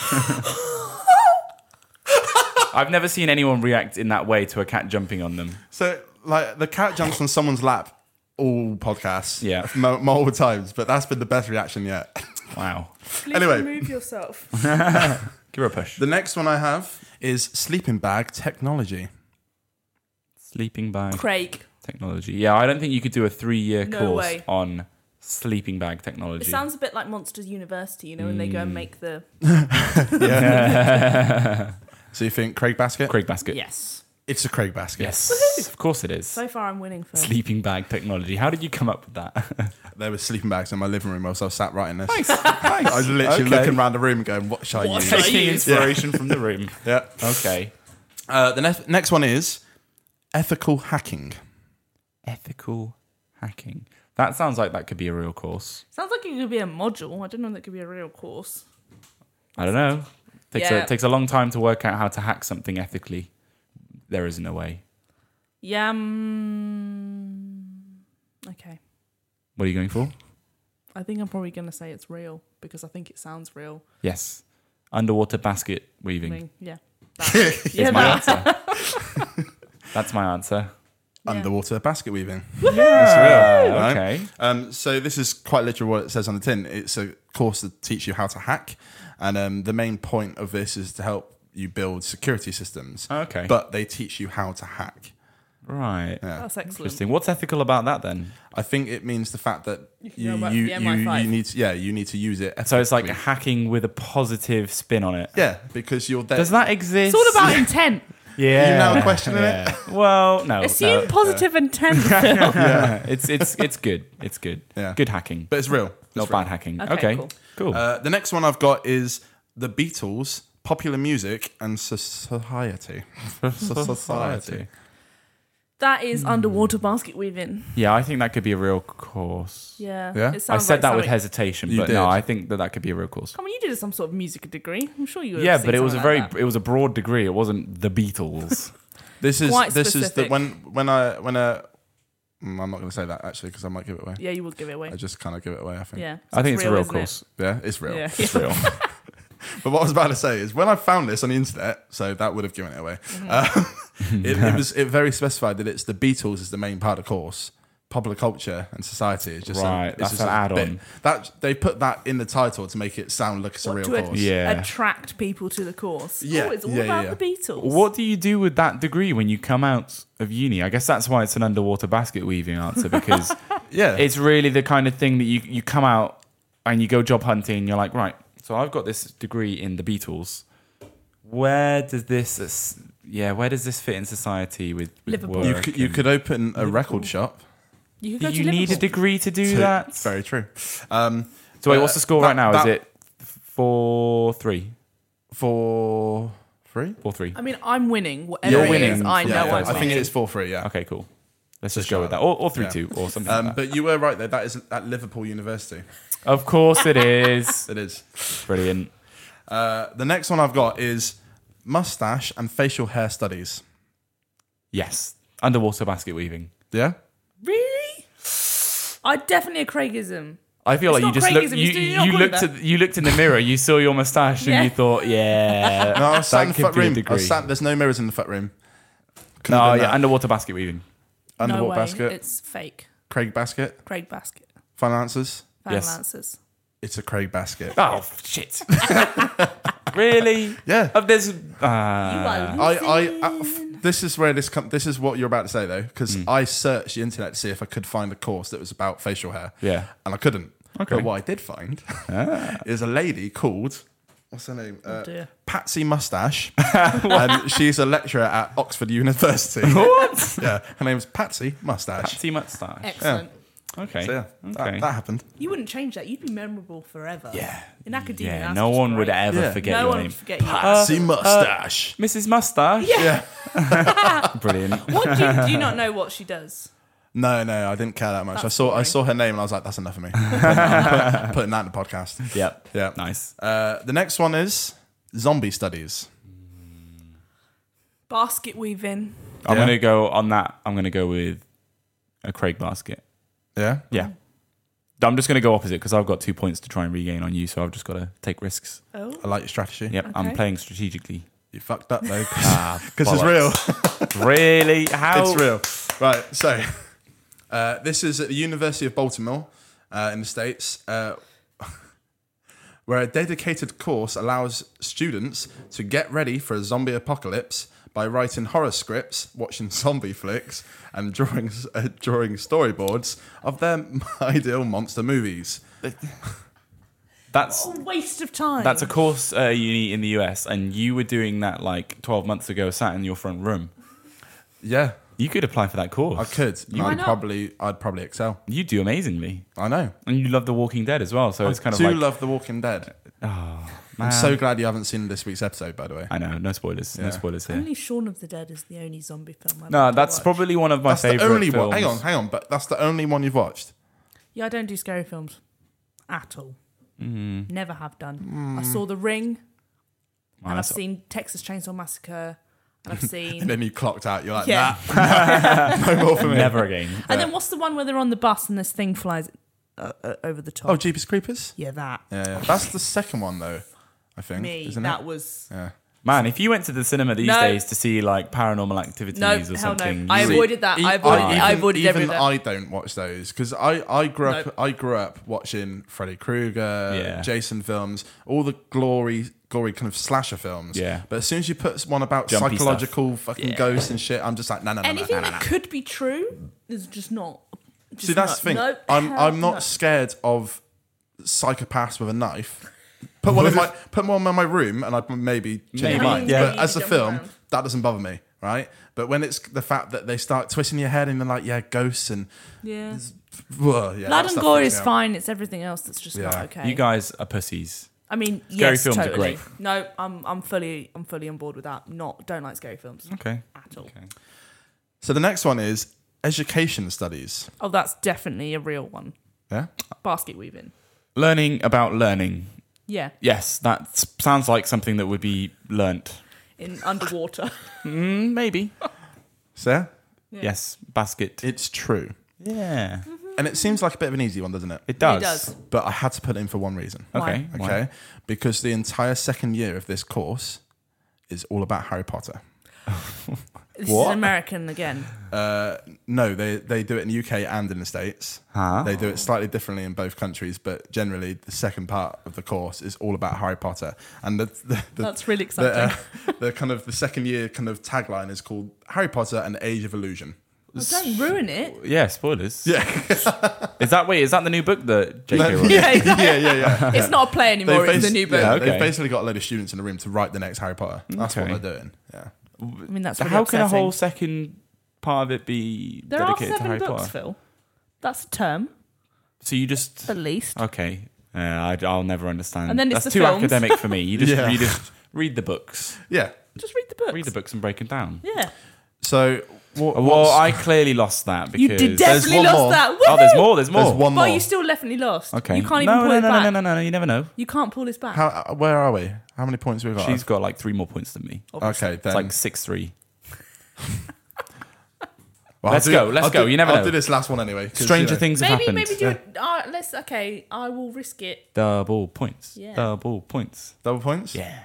Speaker 2: I've never seen anyone react in that way to a cat jumping on them.
Speaker 1: So like the cat jumps on someone's lap all podcasts.
Speaker 2: Yeah.
Speaker 1: mo- multiple times, but that's been the best reaction yet.
Speaker 2: Wow.
Speaker 3: Please
Speaker 1: anyway.
Speaker 3: remove yourself.
Speaker 2: Give her a push.
Speaker 1: the next one I have is sleeping bag technology.
Speaker 2: Sleeping bag
Speaker 3: Craig.
Speaker 2: technology. Yeah, I don't think you could do a three-year
Speaker 3: No
Speaker 2: course
Speaker 3: way.
Speaker 2: on sleeping bag technology.
Speaker 3: It sounds a bit like Monsters University, you know, when they go and make the
Speaker 1: So you think Craig Basket?
Speaker 2: Craig basket.
Speaker 3: yes.
Speaker 1: It's a Craig Basket.
Speaker 2: Yes. Of course it is.
Speaker 3: So far, I'm winning for
Speaker 2: sleeping bag technology. How did you come up with that?
Speaker 1: There were sleeping bags in my living room whilst I was sat writing this. I
Speaker 2: I
Speaker 1: was literally looking around the room going, what shall I
Speaker 3: What
Speaker 1: use?
Speaker 3: shall I
Speaker 2: Taking
Speaker 3: Yeah.
Speaker 2: inspiration from the room.
Speaker 1: yeah.
Speaker 2: Okay.
Speaker 1: Uh, the nef- next one is ethical hacking.
Speaker 2: Ethical hacking. That sounds like that could be a real course.
Speaker 3: Sounds like it could be a module. I don't know if that could be a real course.
Speaker 2: I don't know. Takes
Speaker 3: Yeah.
Speaker 2: a, takes a long time to work out how to hack something ethically. There isn't a way.
Speaker 3: Yeah. mm, okay.
Speaker 2: What are you going for?
Speaker 3: I think I'm probably gonna say it's real because I think it sounds real.
Speaker 2: Yes. Underwater basket weaving.
Speaker 3: I mean, yeah. That. yeah,
Speaker 2: My
Speaker 3: that.
Speaker 2: answer. That's my answer.
Speaker 1: Underwater basket weaving. right?
Speaker 2: Yeah, Uh, Okay.
Speaker 1: Um, so this is quite literally what it says on the tin. It's a course to teach you how to hack, and um, the main point of this is to help you build security systems.
Speaker 2: Okay.
Speaker 1: But they teach you how to hack.
Speaker 2: Right.
Speaker 3: That's excellent.
Speaker 2: Interesting. What's ethical about that then?
Speaker 1: I think it means the fact that you
Speaker 3: can
Speaker 1: you,
Speaker 3: go back
Speaker 1: you,
Speaker 3: to the MI5.
Speaker 1: you need to, yeah you need to use it.
Speaker 2: So it's like
Speaker 1: ethically.
Speaker 2: hacking with a positive spin on it.
Speaker 1: yeah because you're there.
Speaker 2: Does that exist?
Speaker 3: It's all about intent.
Speaker 2: yeah.
Speaker 1: you now questioning it?
Speaker 2: Well, no.
Speaker 3: Assume
Speaker 2: no.
Speaker 3: positive intent. Phil.
Speaker 2: It's it's it's good. It's good.
Speaker 1: Yeah.
Speaker 2: Good hacking.
Speaker 1: But it's real. It's
Speaker 2: not
Speaker 1: real.
Speaker 2: bad hacking. Okay.
Speaker 3: Okay,
Speaker 2: Cool.
Speaker 3: cool.
Speaker 1: Uh, the next one I've got is the Beatles, popular music, and so- society. society.
Speaker 3: that is underwater basket weaving.
Speaker 2: Yeah, I think that could be a real course.
Speaker 3: Yeah.
Speaker 1: Yeah.
Speaker 3: It
Speaker 2: I
Speaker 3: sounds
Speaker 2: said
Speaker 3: like
Speaker 2: that with
Speaker 3: something-
Speaker 2: hesitation,
Speaker 1: You
Speaker 2: but
Speaker 1: did.
Speaker 2: no, I think that that could be a real course.
Speaker 3: Come on, you did some sort of music degree. I'm sure you. would
Speaker 2: Yeah,
Speaker 3: have seen
Speaker 2: but it was a
Speaker 3: something
Speaker 2: very
Speaker 3: like that.
Speaker 2: it was a broad degree. It wasn't the Beatles.
Speaker 1: This is
Speaker 3: Quite
Speaker 1: this is the
Speaker 3: specific.
Speaker 1: when when I when I mm, I'm not going to say that actually because I might give it away.
Speaker 3: yeah, you would give it away.
Speaker 1: I just kind of give it away. I think.
Speaker 3: yeah.
Speaker 2: I think it's a real
Speaker 3: isn't it?
Speaker 2: course.
Speaker 1: Yeah, it's real.
Speaker 3: Yeah.
Speaker 2: It's real.
Speaker 1: But what I was about to say is when I found this on the internet, so that would have given it away.
Speaker 3: Mm-hmm.
Speaker 1: Um, it, it was it very specified that it's the Beatles is the main part of the course. Popular culture and society is just a-
Speaker 2: Right,
Speaker 1: it's
Speaker 2: that's
Speaker 1: just
Speaker 2: an
Speaker 1: a
Speaker 2: add-on.
Speaker 1: bit- That they put that in the title to make it sound like it's a
Speaker 3: What,
Speaker 1: real
Speaker 3: to
Speaker 1: course.
Speaker 3: att-
Speaker 2: Yeah.
Speaker 3: attract people to the course.
Speaker 1: Yeah,
Speaker 3: Oh, it's all
Speaker 1: yeah, yeah,
Speaker 3: about
Speaker 1: yeah.
Speaker 3: the Beatles.
Speaker 2: What do you do with that degree when you come out of uni? I guess that's why it's an underwater basket weaving answer because
Speaker 1: Yeah,
Speaker 2: it's really the kind of thing that you, you come out and you go job hunting and you're like, right, so I've got this degree in the Beatles. Where does this, yeah, where does this fit in society with, with
Speaker 3: Liverpool.
Speaker 2: work
Speaker 1: you could, you
Speaker 2: and-
Speaker 1: could open a record shop.
Speaker 3: You could
Speaker 2: Do
Speaker 3: go
Speaker 2: you
Speaker 3: to
Speaker 2: need a
Speaker 3: Liverpool.
Speaker 2: degree to do
Speaker 1: So-
Speaker 2: that?
Speaker 1: Very true. Um,
Speaker 2: So wait, what's the score
Speaker 1: That-
Speaker 2: right now? Is
Speaker 1: that-
Speaker 2: it four three?
Speaker 1: for three.
Speaker 2: Four three.
Speaker 3: I mean, I'm winning. Whatever
Speaker 2: You're
Speaker 3: it is,
Speaker 2: winning.
Speaker 3: I know
Speaker 2: Yeah,
Speaker 3: I'm
Speaker 2: yeah.
Speaker 1: I
Speaker 3: winning.
Speaker 1: think it is four three. Yeah.
Speaker 2: Okay, cool. Let's just go with that, or, or three two, or something.
Speaker 1: Um,
Speaker 2: like that.
Speaker 1: but you were right though. That is at Liverpool University.
Speaker 2: Of course, it is
Speaker 1: It is.
Speaker 2: brilliant.
Speaker 1: Uh, the next one I've got is mustache and facial hair studies.
Speaker 2: Yes, underwater basket weaving.
Speaker 1: Yeah.
Speaker 3: Really? I definitely a Craigism.
Speaker 2: I feel
Speaker 3: It's
Speaker 2: like you
Speaker 3: not
Speaker 2: just
Speaker 3: Craigism,
Speaker 2: looked. You,
Speaker 3: it's- you're not
Speaker 2: you
Speaker 3: calling
Speaker 2: looked
Speaker 3: that.
Speaker 2: at you looked in the mirror. You saw your moustache
Speaker 3: Yeah.
Speaker 2: and you thought, yeah,
Speaker 1: No, I was sat in
Speaker 2: that
Speaker 1: the
Speaker 2: could
Speaker 1: front
Speaker 2: be a
Speaker 1: room. I
Speaker 2: degree.
Speaker 1: was sat, there's no mirrors in the front room. Could've
Speaker 2: No,
Speaker 1: done
Speaker 2: yeah,
Speaker 1: that.
Speaker 2: underwater basket weaving.
Speaker 1: underwater
Speaker 3: no way.
Speaker 1: basket.
Speaker 3: It's fake.
Speaker 1: Craig basket.
Speaker 3: Craig basket.
Speaker 1: Final answers.
Speaker 3: Final
Speaker 2: Yes.
Speaker 3: answers.
Speaker 1: It's a Craig basket.
Speaker 2: Oh shit! really?
Speaker 1: Yeah.
Speaker 2: Of this, uh,
Speaker 1: I, I, I- uh, f- this is where this com- this is what you're about to say though, because
Speaker 2: Hmm.
Speaker 1: I searched the internet to see if I could find a course that was about facial hair.
Speaker 2: Yeah.
Speaker 1: and I couldn't.
Speaker 2: Okay. Ah.
Speaker 1: But what I did find is a lady called what's her name? Uh,
Speaker 3: dear.
Speaker 1: Patsy Mustache, and she's a lecturer at Oxford University.
Speaker 2: what?
Speaker 1: yeah, her name's Patsy Mustache.
Speaker 2: Too much style.
Speaker 3: Excellent.
Speaker 2: Okay.
Speaker 1: So yeah, that,
Speaker 2: okay.
Speaker 1: that happened.
Speaker 3: You wouldn't change that. You'd be memorable forever.
Speaker 2: Yeah.
Speaker 3: In academia.
Speaker 2: yeah,
Speaker 3: that's
Speaker 2: no
Speaker 3: just
Speaker 2: one would
Speaker 3: great.
Speaker 2: ever
Speaker 1: Yeah.
Speaker 2: forget
Speaker 3: No
Speaker 2: your
Speaker 3: one
Speaker 2: name.
Speaker 3: would forget you. Oh,
Speaker 1: Patsy Mustache.
Speaker 2: Mrs. Mustache.
Speaker 1: Uh, yeah.
Speaker 2: Brilliant.
Speaker 3: what do you, do you not know what she does?
Speaker 1: No, no, I didn't care that much. I saw I saw her name and I was like, that's enough of me. putting that in the podcast.
Speaker 2: Yep.
Speaker 1: Yeah.
Speaker 2: Nice.
Speaker 1: Uh, the next one is zombie studies.
Speaker 3: Basket weaving.
Speaker 2: I'm
Speaker 1: Yeah.
Speaker 2: gonna go on that. I'm gonna go with a Craig basket.
Speaker 1: Yeah.
Speaker 2: Yeah.
Speaker 3: Mm.
Speaker 2: I'm just gonna go opposite because I've got two points to try and regain on you, so I've just got to take risks.
Speaker 3: Oh.
Speaker 1: I like your strategy.
Speaker 2: Yep, I'm
Speaker 3: Okay.
Speaker 2: playing strategically.
Speaker 1: You fucked up though.
Speaker 2: Ah,
Speaker 1: Because it's real.
Speaker 2: real. really? How?
Speaker 1: It's real. Right. So uh, this is at the University of Baltimore uh, in the States, uh, where a dedicated course allows students to get ready for a zombie apocalypse by writing horror scripts, watching zombie flicks, and drawing uh, drawing storyboards of their ideal monster movies.
Speaker 2: That's
Speaker 3: a waste of time.
Speaker 2: that's a course uh, you need in the US, and you were doing that like 12 months ago, sat in your front room.
Speaker 1: Yeah,
Speaker 2: You could apply for that course.
Speaker 1: I could. and
Speaker 3: Why
Speaker 1: I'd
Speaker 3: not?
Speaker 1: probably I'd probably excel.
Speaker 2: You do amazingly,
Speaker 1: I know.
Speaker 2: and you love The Walking Dead as well. So it's kind
Speaker 1: I
Speaker 2: of
Speaker 1: do
Speaker 2: like Oh,
Speaker 1: love The Walking Dead.
Speaker 2: man.
Speaker 1: I'm so glad you haven't seen this week's episode, by the way.
Speaker 2: I know, no spoilers, no
Speaker 1: Yeah.
Speaker 2: spoilers here.
Speaker 3: Only Shaun of the Dead is the only zombie film. I
Speaker 2: No,
Speaker 3: want to
Speaker 2: that's
Speaker 3: watch.
Speaker 2: probably one of my
Speaker 1: That's
Speaker 2: favorite
Speaker 1: the only
Speaker 2: films.
Speaker 1: one. Hang on, hang on. But that's the only one you've watched.
Speaker 3: Yeah, I don't do scary films at all.
Speaker 2: Mm-hmm.
Speaker 3: Never have done. I saw The Ring,
Speaker 2: Wow,
Speaker 3: and I've
Speaker 2: Mm. that's-
Speaker 3: seen Texas Chainsaw Massacre, and I've
Speaker 1: And
Speaker 3: seen.
Speaker 1: then you clocked out. You're like,
Speaker 3: yeah.
Speaker 2: Never again.
Speaker 3: And then what's the one where they're on the bus and this thing flies uh, uh, over the top?
Speaker 1: nah. Oh, Jeepers Creepers.
Speaker 3: yeah, that.
Speaker 1: Yeah, yeah. That's the second one though. I think.
Speaker 3: Me,
Speaker 1: isn't
Speaker 3: that
Speaker 1: it?
Speaker 3: was.
Speaker 1: Yeah.
Speaker 2: Man, if you went to the cinema these
Speaker 3: No.
Speaker 2: days to see like paranormal activities
Speaker 3: No,
Speaker 2: or
Speaker 3: hell
Speaker 2: something,
Speaker 3: no. I
Speaker 2: you-
Speaker 3: avoided that. I avoided,
Speaker 1: even,
Speaker 3: I avoided
Speaker 1: even
Speaker 3: every of that.
Speaker 1: I don't watch those because I, I grew up
Speaker 3: Nope.
Speaker 1: I grew up watching Freddy Krueger,
Speaker 2: Yeah.
Speaker 1: Jason films, all the glory glory kind of slasher films.
Speaker 2: Yeah.
Speaker 1: But as soon as you put one about
Speaker 2: Jumpy stuff.
Speaker 1: psychological fucking ghosts and shit, I'm just like, no, no, no, no,
Speaker 3: Anything
Speaker 1: no, no, no.
Speaker 3: that could be true is just not. Just
Speaker 1: See, that's
Speaker 3: not,
Speaker 1: the thing.
Speaker 3: Nope,
Speaker 1: I'm
Speaker 3: hell
Speaker 1: I'm not
Speaker 3: no.
Speaker 1: scared of psychopaths with a knife. Put one in my put one in my room, and I'd maybe change
Speaker 2: Maybe.
Speaker 1: my mind.
Speaker 2: Yeah.
Speaker 1: But as a
Speaker 3: Jump
Speaker 1: film,
Speaker 3: around.
Speaker 1: that doesn't bother me, right? But when it's the fact that they start twisting your head and they're like, yeah, ghosts and
Speaker 3: Yeah.
Speaker 1: whoa, yeah,
Speaker 3: Blood
Speaker 1: that
Speaker 3: and
Speaker 1: stuff
Speaker 3: gore
Speaker 1: freaks me
Speaker 3: is
Speaker 1: out.
Speaker 3: fine. It's everything else that's just
Speaker 1: Yeah.
Speaker 3: not okay.
Speaker 2: you guys are pussies.
Speaker 3: I mean,
Speaker 2: Scary
Speaker 3: yes,
Speaker 2: films are
Speaker 3: totally.
Speaker 2: great.
Speaker 3: No, I'm I'm fully I'm fully on board with that. Not don't like scary films
Speaker 2: Okay.
Speaker 3: at all.
Speaker 1: So the next one is education studies.
Speaker 3: Oh, that's definitely a real one.
Speaker 1: Yeah,
Speaker 3: Basket weaving.
Speaker 2: Learning about learning.
Speaker 3: Yeah,
Speaker 2: Yes, that s- sounds like something that would be learnt.
Speaker 3: in underwater.
Speaker 1: Mm,
Speaker 2: Maybe.
Speaker 1: so yeah,
Speaker 2: Yes, basket.
Speaker 1: it's true,
Speaker 2: yeah.
Speaker 1: and it seems like a bit of an easy one, doesn't it?
Speaker 2: It does.
Speaker 3: Mm-hmm. It does.
Speaker 1: But I had to put it in for one reason.
Speaker 2: Okay.
Speaker 1: Okay,
Speaker 2: why?
Speaker 1: because the entire second year of this course is all about Harry Potter.
Speaker 3: This
Speaker 2: What?
Speaker 3: is American again.
Speaker 1: No, they they do it in the UK and in the States.
Speaker 2: Huh?
Speaker 1: They do it slightly differently in both countries, but generally the second part of the course is all about Harry Potter. And the, the, the
Speaker 3: That's really
Speaker 1: The, uh, the kind of the second year kind of tagline is called Harry Potter and the Age of Illusion.
Speaker 3: Well, don't ruin it.
Speaker 2: Yeah, spoilers.
Speaker 1: Yeah,
Speaker 2: Is that wait? Is that the new book that J.K.
Speaker 1: No.
Speaker 2: Rowling?
Speaker 3: Yeah, exactly.
Speaker 1: yeah, yeah, yeah.
Speaker 3: It's not a play anymore. It's a
Speaker 1: basi-
Speaker 3: new book.
Speaker 1: yeah,
Speaker 2: okay.
Speaker 1: They've basically got a load of students in a room to write the next Harry Potter. That's
Speaker 2: Okay.
Speaker 1: what they're doing. Yeah.
Speaker 3: I mean, that's
Speaker 2: So
Speaker 3: really
Speaker 2: how can a
Speaker 3: upsetting.
Speaker 2: whole second part of it be
Speaker 3: There are
Speaker 2: dedicated
Speaker 3: seven
Speaker 2: to Harry
Speaker 3: books,
Speaker 2: Potter?
Speaker 3: Phil. That's a term,
Speaker 2: So you just
Speaker 3: at least.
Speaker 2: okay. Uh, I, I'll never understand.
Speaker 3: And then it's
Speaker 2: That's
Speaker 3: the
Speaker 2: too
Speaker 3: films.
Speaker 2: academic for me. You just
Speaker 1: Yeah.
Speaker 2: read it, read the books,
Speaker 1: Yeah.
Speaker 3: Just read the books.
Speaker 2: read the books, and break them down.
Speaker 3: Yeah.
Speaker 1: So what,
Speaker 2: Well, I clearly lost that because
Speaker 3: You did
Speaker 1: There's
Speaker 3: definitely
Speaker 1: one
Speaker 3: lost
Speaker 1: more.
Speaker 3: that.
Speaker 2: oh, there's
Speaker 3: Woohoo!
Speaker 2: more. There's more.
Speaker 1: there's one
Speaker 3: But
Speaker 1: more.
Speaker 3: you still definitely lost.
Speaker 2: Okay.
Speaker 3: You can't even
Speaker 2: no,
Speaker 3: pull
Speaker 2: no,
Speaker 3: it
Speaker 2: no,
Speaker 3: back.
Speaker 2: no, no, no, no. You never know.
Speaker 3: You can't pull this back.
Speaker 1: How, where are we? How many points have we got?
Speaker 2: She's got like three more points than me.
Speaker 1: okay, Oh, then.
Speaker 2: It's like six three.
Speaker 1: Well, I'll
Speaker 2: Let's go, let's
Speaker 1: I'll
Speaker 2: go,
Speaker 1: do-
Speaker 2: you never
Speaker 1: I'll
Speaker 2: know.
Speaker 1: do this last one anyway. 'cause,
Speaker 2: Stranger
Speaker 1: you know,
Speaker 2: things have
Speaker 3: maybe,
Speaker 2: happened.
Speaker 3: maybe do it. Uh, let's. Okay, I will risk it.
Speaker 2: Double points.
Speaker 3: Yeah.
Speaker 2: Double points.
Speaker 1: Double points.
Speaker 2: Yeah.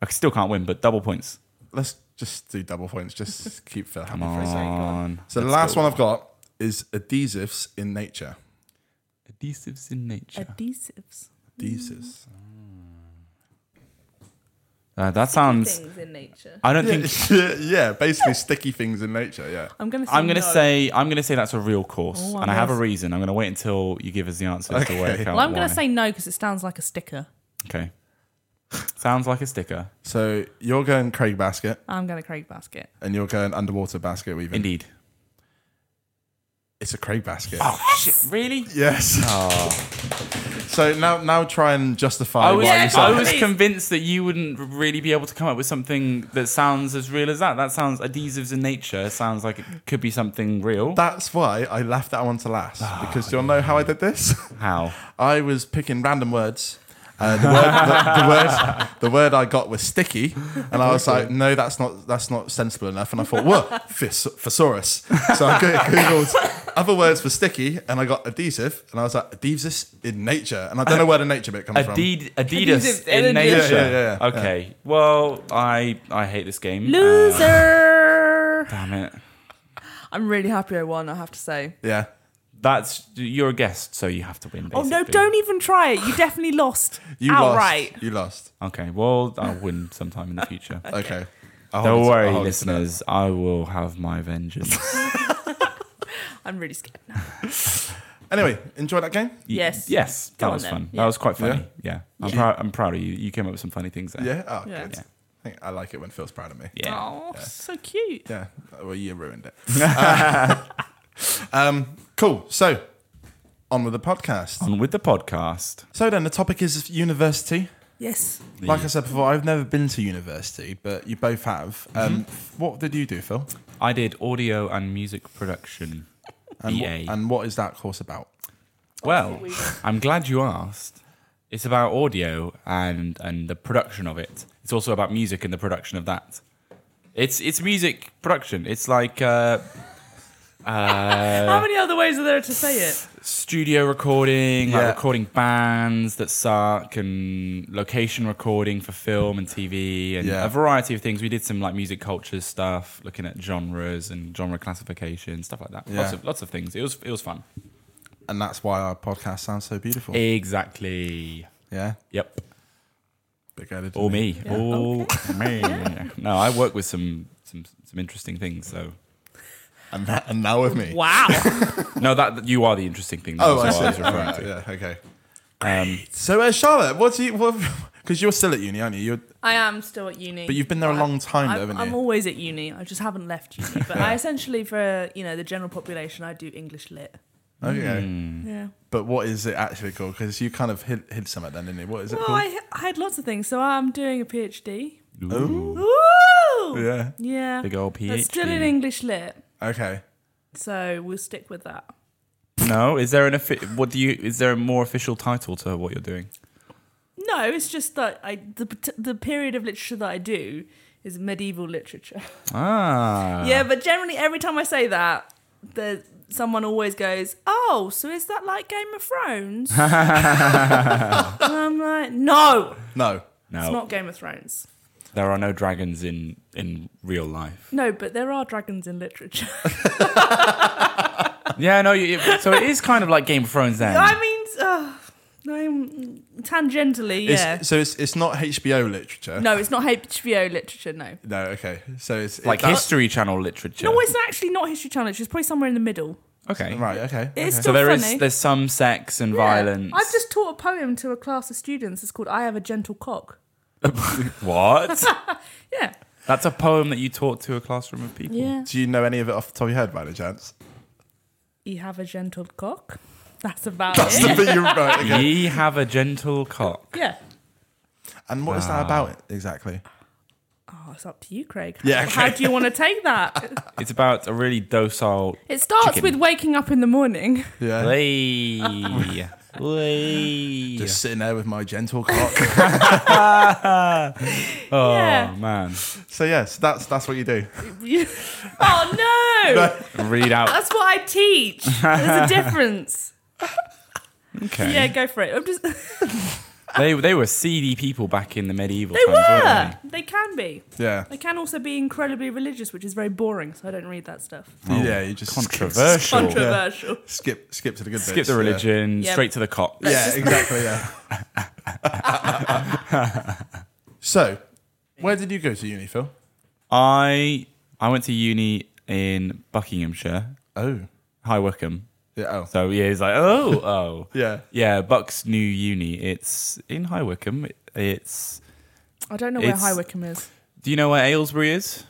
Speaker 2: I still can't win, but double points.
Speaker 1: Let's just do double points. Just keep Phil happy for a
Speaker 2: Come
Speaker 1: second.
Speaker 2: on.
Speaker 1: So the
Speaker 2: Let's
Speaker 1: last
Speaker 2: go.
Speaker 1: one I've got is adhesives in nature.
Speaker 2: Adhesives in nature.
Speaker 3: Adhesives.
Speaker 1: Adhesives.
Speaker 2: Uh, that sounds.
Speaker 3: Things in nature.
Speaker 2: I don't think.
Speaker 1: yeah, basically sticky things in nature. Yeah.
Speaker 3: I'm gonna. Say
Speaker 2: I'm gonna
Speaker 3: no.
Speaker 2: say. I'm gonna say that's a real course,
Speaker 3: Oh, I
Speaker 2: and I have a
Speaker 3: guess.
Speaker 2: reason. I'm gonna wait until you give us the answers to work out.
Speaker 3: Well, I'm
Speaker 2: why.
Speaker 3: gonna say no because it sounds like a sticker.
Speaker 2: Okay. Sounds like a sticker.
Speaker 1: So you're going Craig basket
Speaker 3: I'm gonna Craig basket.
Speaker 2: Uh,
Speaker 1: and you're going underwater basket weaving.
Speaker 2: Indeed.
Speaker 1: It's a Craig basket.
Speaker 2: Oh. Shit, really?
Speaker 1: Yes. So now, now try and justify
Speaker 2: Oh. I was,
Speaker 1: why
Speaker 3: Yeah,
Speaker 1: you
Speaker 3: said
Speaker 2: I
Speaker 3: that.
Speaker 2: was
Speaker 3: Please.
Speaker 2: convinced that you wouldn't really be able to come up with something that sounds as real as that. That sounds adhesives in nature. Sounds like it could be something real.
Speaker 1: That's why I left that one to last
Speaker 2: Ah,
Speaker 1: because do you want to know how I did this?
Speaker 2: How?
Speaker 1: I was picking random words. Uh, the, word, the, the word, the word I got was sticky, and I was like, "No, that's not that's not sensible enough." And I thought, "What? Fis- Thesaurus." So I go- googled other words for sticky, and I got adhesive, and I was like, "Adhesives in nature," and I don't know where the nature bit comes from.
Speaker 2: Adid- Adidas
Speaker 3: Adhesives
Speaker 2: in
Speaker 3: in
Speaker 2: nature.
Speaker 1: Yeah, yeah, yeah.
Speaker 2: okay. Well, I I hate this game. Uh,
Speaker 3: Loser.
Speaker 2: damn it.
Speaker 3: I'm really happy I won. I have to say.
Speaker 1: Yeah,
Speaker 2: That's you're a guest, so you have to win.
Speaker 3: Oh no!
Speaker 2: basically.
Speaker 3: Don't even try it. You definitely lost
Speaker 1: you
Speaker 3: outright.
Speaker 1: lost. You lost.
Speaker 2: Okay. Well, I'll win sometime in the future.
Speaker 1: Okay. I'll hold it
Speaker 2: Don't
Speaker 1: to- I'll
Speaker 2: worry,
Speaker 1: hold it to that.
Speaker 2: listeners. I will have my vengeance.
Speaker 3: I'm really scared now.
Speaker 1: Anyway, enjoy that game.
Speaker 3: Yes.
Speaker 2: Yes.
Speaker 3: Go
Speaker 2: That
Speaker 3: on
Speaker 2: was
Speaker 3: then.
Speaker 2: fun.
Speaker 3: Yeah.
Speaker 2: That was quite funny. Yeah. I'm,
Speaker 3: Yeah.
Speaker 2: proud. I'm proud of you. You came up with some funny things there.
Speaker 1: Yeah. Oh,
Speaker 3: Yeah.
Speaker 1: good.
Speaker 3: Yeah.
Speaker 1: I think I like it when Phil's proud of me.
Speaker 2: Yeah.
Speaker 3: Oh, so cute.
Speaker 1: Yeah. Well, you ruined it. Uh, um, cool. So, on with the podcast.
Speaker 2: On with the podcast.
Speaker 1: So then, the topic is university.
Speaker 3: Yes.
Speaker 1: Like I said before, I've never been to university, but you both have. Um,
Speaker 2: Mm-hmm.
Speaker 1: What did you do, Phil?
Speaker 2: I did audio and music production.
Speaker 1: And,
Speaker 2: BA.
Speaker 1: wh- and what is that course about?
Speaker 2: Well, I'm glad you asked. It's about audio and and the production of it. It's also about music and the production of that. It's it's music production. It's like uh,
Speaker 1: Uh,
Speaker 3: How many other ways are there to say it?
Speaker 2: studio recording,
Speaker 1: Yeah.
Speaker 2: like recording bands that suck, and location recording for film and TV, and
Speaker 1: Yeah.
Speaker 2: a variety of things. We did some like music culture stuff, looking at genres and genre classification, stuff like that. Lots
Speaker 1: Yeah.
Speaker 2: of lots of things. It was it was fun.
Speaker 1: And that's why our podcast sounds so beautiful.
Speaker 2: Exactly.
Speaker 1: yeah.
Speaker 2: Yep.
Speaker 1: Big edit.
Speaker 2: Or me. Or me. No, I work with some, some some interesting things. So
Speaker 1: And, that, and now with me.
Speaker 3: Wow.
Speaker 2: no, that you are the interesting thing.
Speaker 1: Oh, I
Speaker 2: That's what
Speaker 1: see.
Speaker 2: was
Speaker 1: Alright,
Speaker 2: referring
Speaker 1: yeah. Okay.
Speaker 2: to. Um,
Speaker 1: So, uh, Charlotte, what do you? Because you're still at uni, aren't you? You're,
Speaker 3: I am still at uni.
Speaker 1: but you've been there a long time,
Speaker 3: I'm,
Speaker 1: haven't
Speaker 3: I'm
Speaker 1: you?
Speaker 3: always at uni. I just haven't left uni. But I essentially, for you know, the general population, I do English lit.
Speaker 1: okay.
Speaker 2: Hmm.
Speaker 1: Mm.
Speaker 3: Yeah.
Speaker 1: But what is it actually called? Because you kind of hid, hid some of it then, didn't you? What is it
Speaker 3: Well,
Speaker 1: called?
Speaker 3: I, I had lots of things. So I'm doing a PhD.
Speaker 2: ooh.
Speaker 3: Woo!
Speaker 1: Yeah.
Speaker 3: Yeah.
Speaker 2: Big old
Speaker 3: That's still in
Speaker 2: PhD.
Speaker 3: English lit.
Speaker 1: Okay.
Speaker 3: So we'll stick with that.
Speaker 2: No, is there an offi- what do you is there a more official title to what you're doing?
Speaker 3: No, it's just that I the p- the period of literature that I do is medieval literature.
Speaker 2: Ah,
Speaker 3: yeah, but generally every time I say that, the someone always goes, "Oh, so is that like Game of Thrones?" and I'm like, "No,
Speaker 1: No.
Speaker 3: it's
Speaker 2: no,
Speaker 3: not Game of Thrones."
Speaker 2: there are no dragons in in real life.
Speaker 3: No, but there are dragons in literature.
Speaker 2: yeah, no. You, you- so it is kind of like Game of Thrones. Then
Speaker 3: I mean, uh, I'm tangentially,
Speaker 1: It's-
Speaker 3: yeah.
Speaker 1: so it's it's not HBO literature.
Speaker 3: no, it's not HBO literature. No,
Speaker 1: No. Okay. So it's
Speaker 2: like
Speaker 1: that's-
Speaker 2: History Channel literature.
Speaker 3: no, it's actually not History Channel. It's probably somewhere in the middle.
Speaker 2: okay,
Speaker 1: Right. Okay.
Speaker 3: It's
Speaker 2: So
Speaker 3: still
Speaker 2: there is
Speaker 3: funny.
Speaker 2: there's some sex and
Speaker 3: Yeah.
Speaker 2: violence.
Speaker 3: I've just taught a poem to a class of students. It's called "I Have a Gentle Cock."
Speaker 2: what?
Speaker 3: Yeah,
Speaker 2: That's a poem that you taught to a classroom of people.
Speaker 1: Do you know any of it off the top of your head, by any chance?
Speaker 3: You have a gentle cock. That's about
Speaker 1: That's
Speaker 3: it.
Speaker 1: the bit you're right. Okay.
Speaker 2: Ye have a gentle cock.
Speaker 3: yeah.
Speaker 1: And what is that about it exactly?
Speaker 3: Oh, it's up to you, Craig.
Speaker 1: Yeah,
Speaker 3: How- How
Speaker 1: okay.
Speaker 3: do you want to take that?
Speaker 2: It's about a really docile.
Speaker 3: It starts
Speaker 2: Chicken.
Speaker 3: with waking up in the morning.
Speaker 2: Uh.
Speaker 1: Yeah.
Speaker 2: Lay.
Speaker 1: Just sitting there with my gentle cock.
Speaker 2: Oh
Speaker 3: Yeah.
Speaker 2: man.
Speaker 1: so yes, that's that's what you do.
Speaker 3: oh no.
Speaker 2: Read out.
Speaker 3: That's what I teach. There's a difference.
Speaker 2: Okay.
Speaker 3: Yeah, go for it. I'm just They
Speaker 2: They they were seedy people back in the medieval times,
Speaker 3: were.
Speaker 2: weren't
Speaker 3: uh, They can be.
Speaker 1: Yeah.
Speaker 3: They can also be incredibly religious, which is very boring, so I don't read that stuff.
Speaker 1: yeah. You just
Speaker 2: they? Oh, Controversial.
Speaker 3: Controversial.
Speaker 1: Skip skip to the good bits.
Speaker 2: Skip the
Speaker 1: yeah.
Speaker 2: religion.
Speaker 3: Yeah.
Speaker 2: Straight to the cock.
Speaker 1: Yeah. Exactly. Yeah. so, where did you go to uni, Phil?
Speaker 2: I I went to uni in Buckinghamshire,
Speaker 1: Oh.
Speaker 2: High Wycombe.
Speaker 1: Yeah. Oh.
Speaker 2: So yeah, he's like, oh, oh,
Speaker 1: Yeah.
Speaker 2: yeah. Buck's new uni. It's in High Wycombe. It's
Speaker 3: I don't know where
Speaker 2: It's-
Speaker 3: High Wycombe is.
Speaker 2: Do you know where Aylesbury is?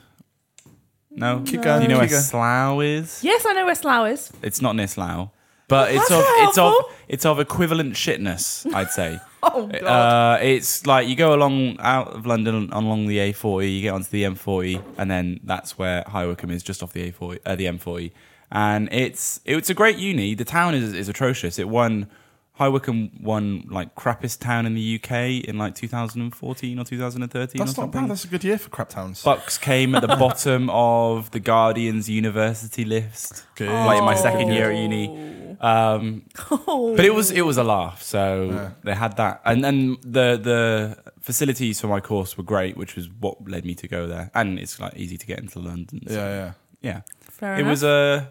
Speaker 2: No.
Speaker 1: Keep going,
Speaker 2: Do you know where
Speaker 1: keep going.
Speaker 2: Slough is?
Speaker 3: Yes, I know where Slough is.
Speaker 2: It's not near Slough, but it's
Speaker 3: That's
Speaker 2: of
Speaker 3: not
Speaker 2: it's of
Speaker 3: helpful.
Speaker 2: it's of equivalent shitness, I'd say.
Speaker 3: Oh god.
Speaker 2: Uh, it's like you go along out of London along the A40, you get onto the M40, and then that's where High Wycombe is, just off the A40, uh, the M40. And it's it's a great uni. The town is is atrocious. It won High Wycombe won like crappiest town in the UK in like 2014 or 2013 or
Speaker 1: That's not
Speaker 2: something.
Speaker 1: bad. That's a good year for crap towns.
Speaker 2: Bucks came at the bottom of the Guardian's university list,
Speaker 1: Good.
Speaker 2: like in my second year at uni. Um, but it was it was a laugh. So they had that, and then the the facilities for my course were great, which was what led me to go there. And it's like easy to get into London. so-
Speaker 1: yeah. Yeah.
Speaker 2: yeah.
Speaker 3: Fair
Speaker 2: It was a,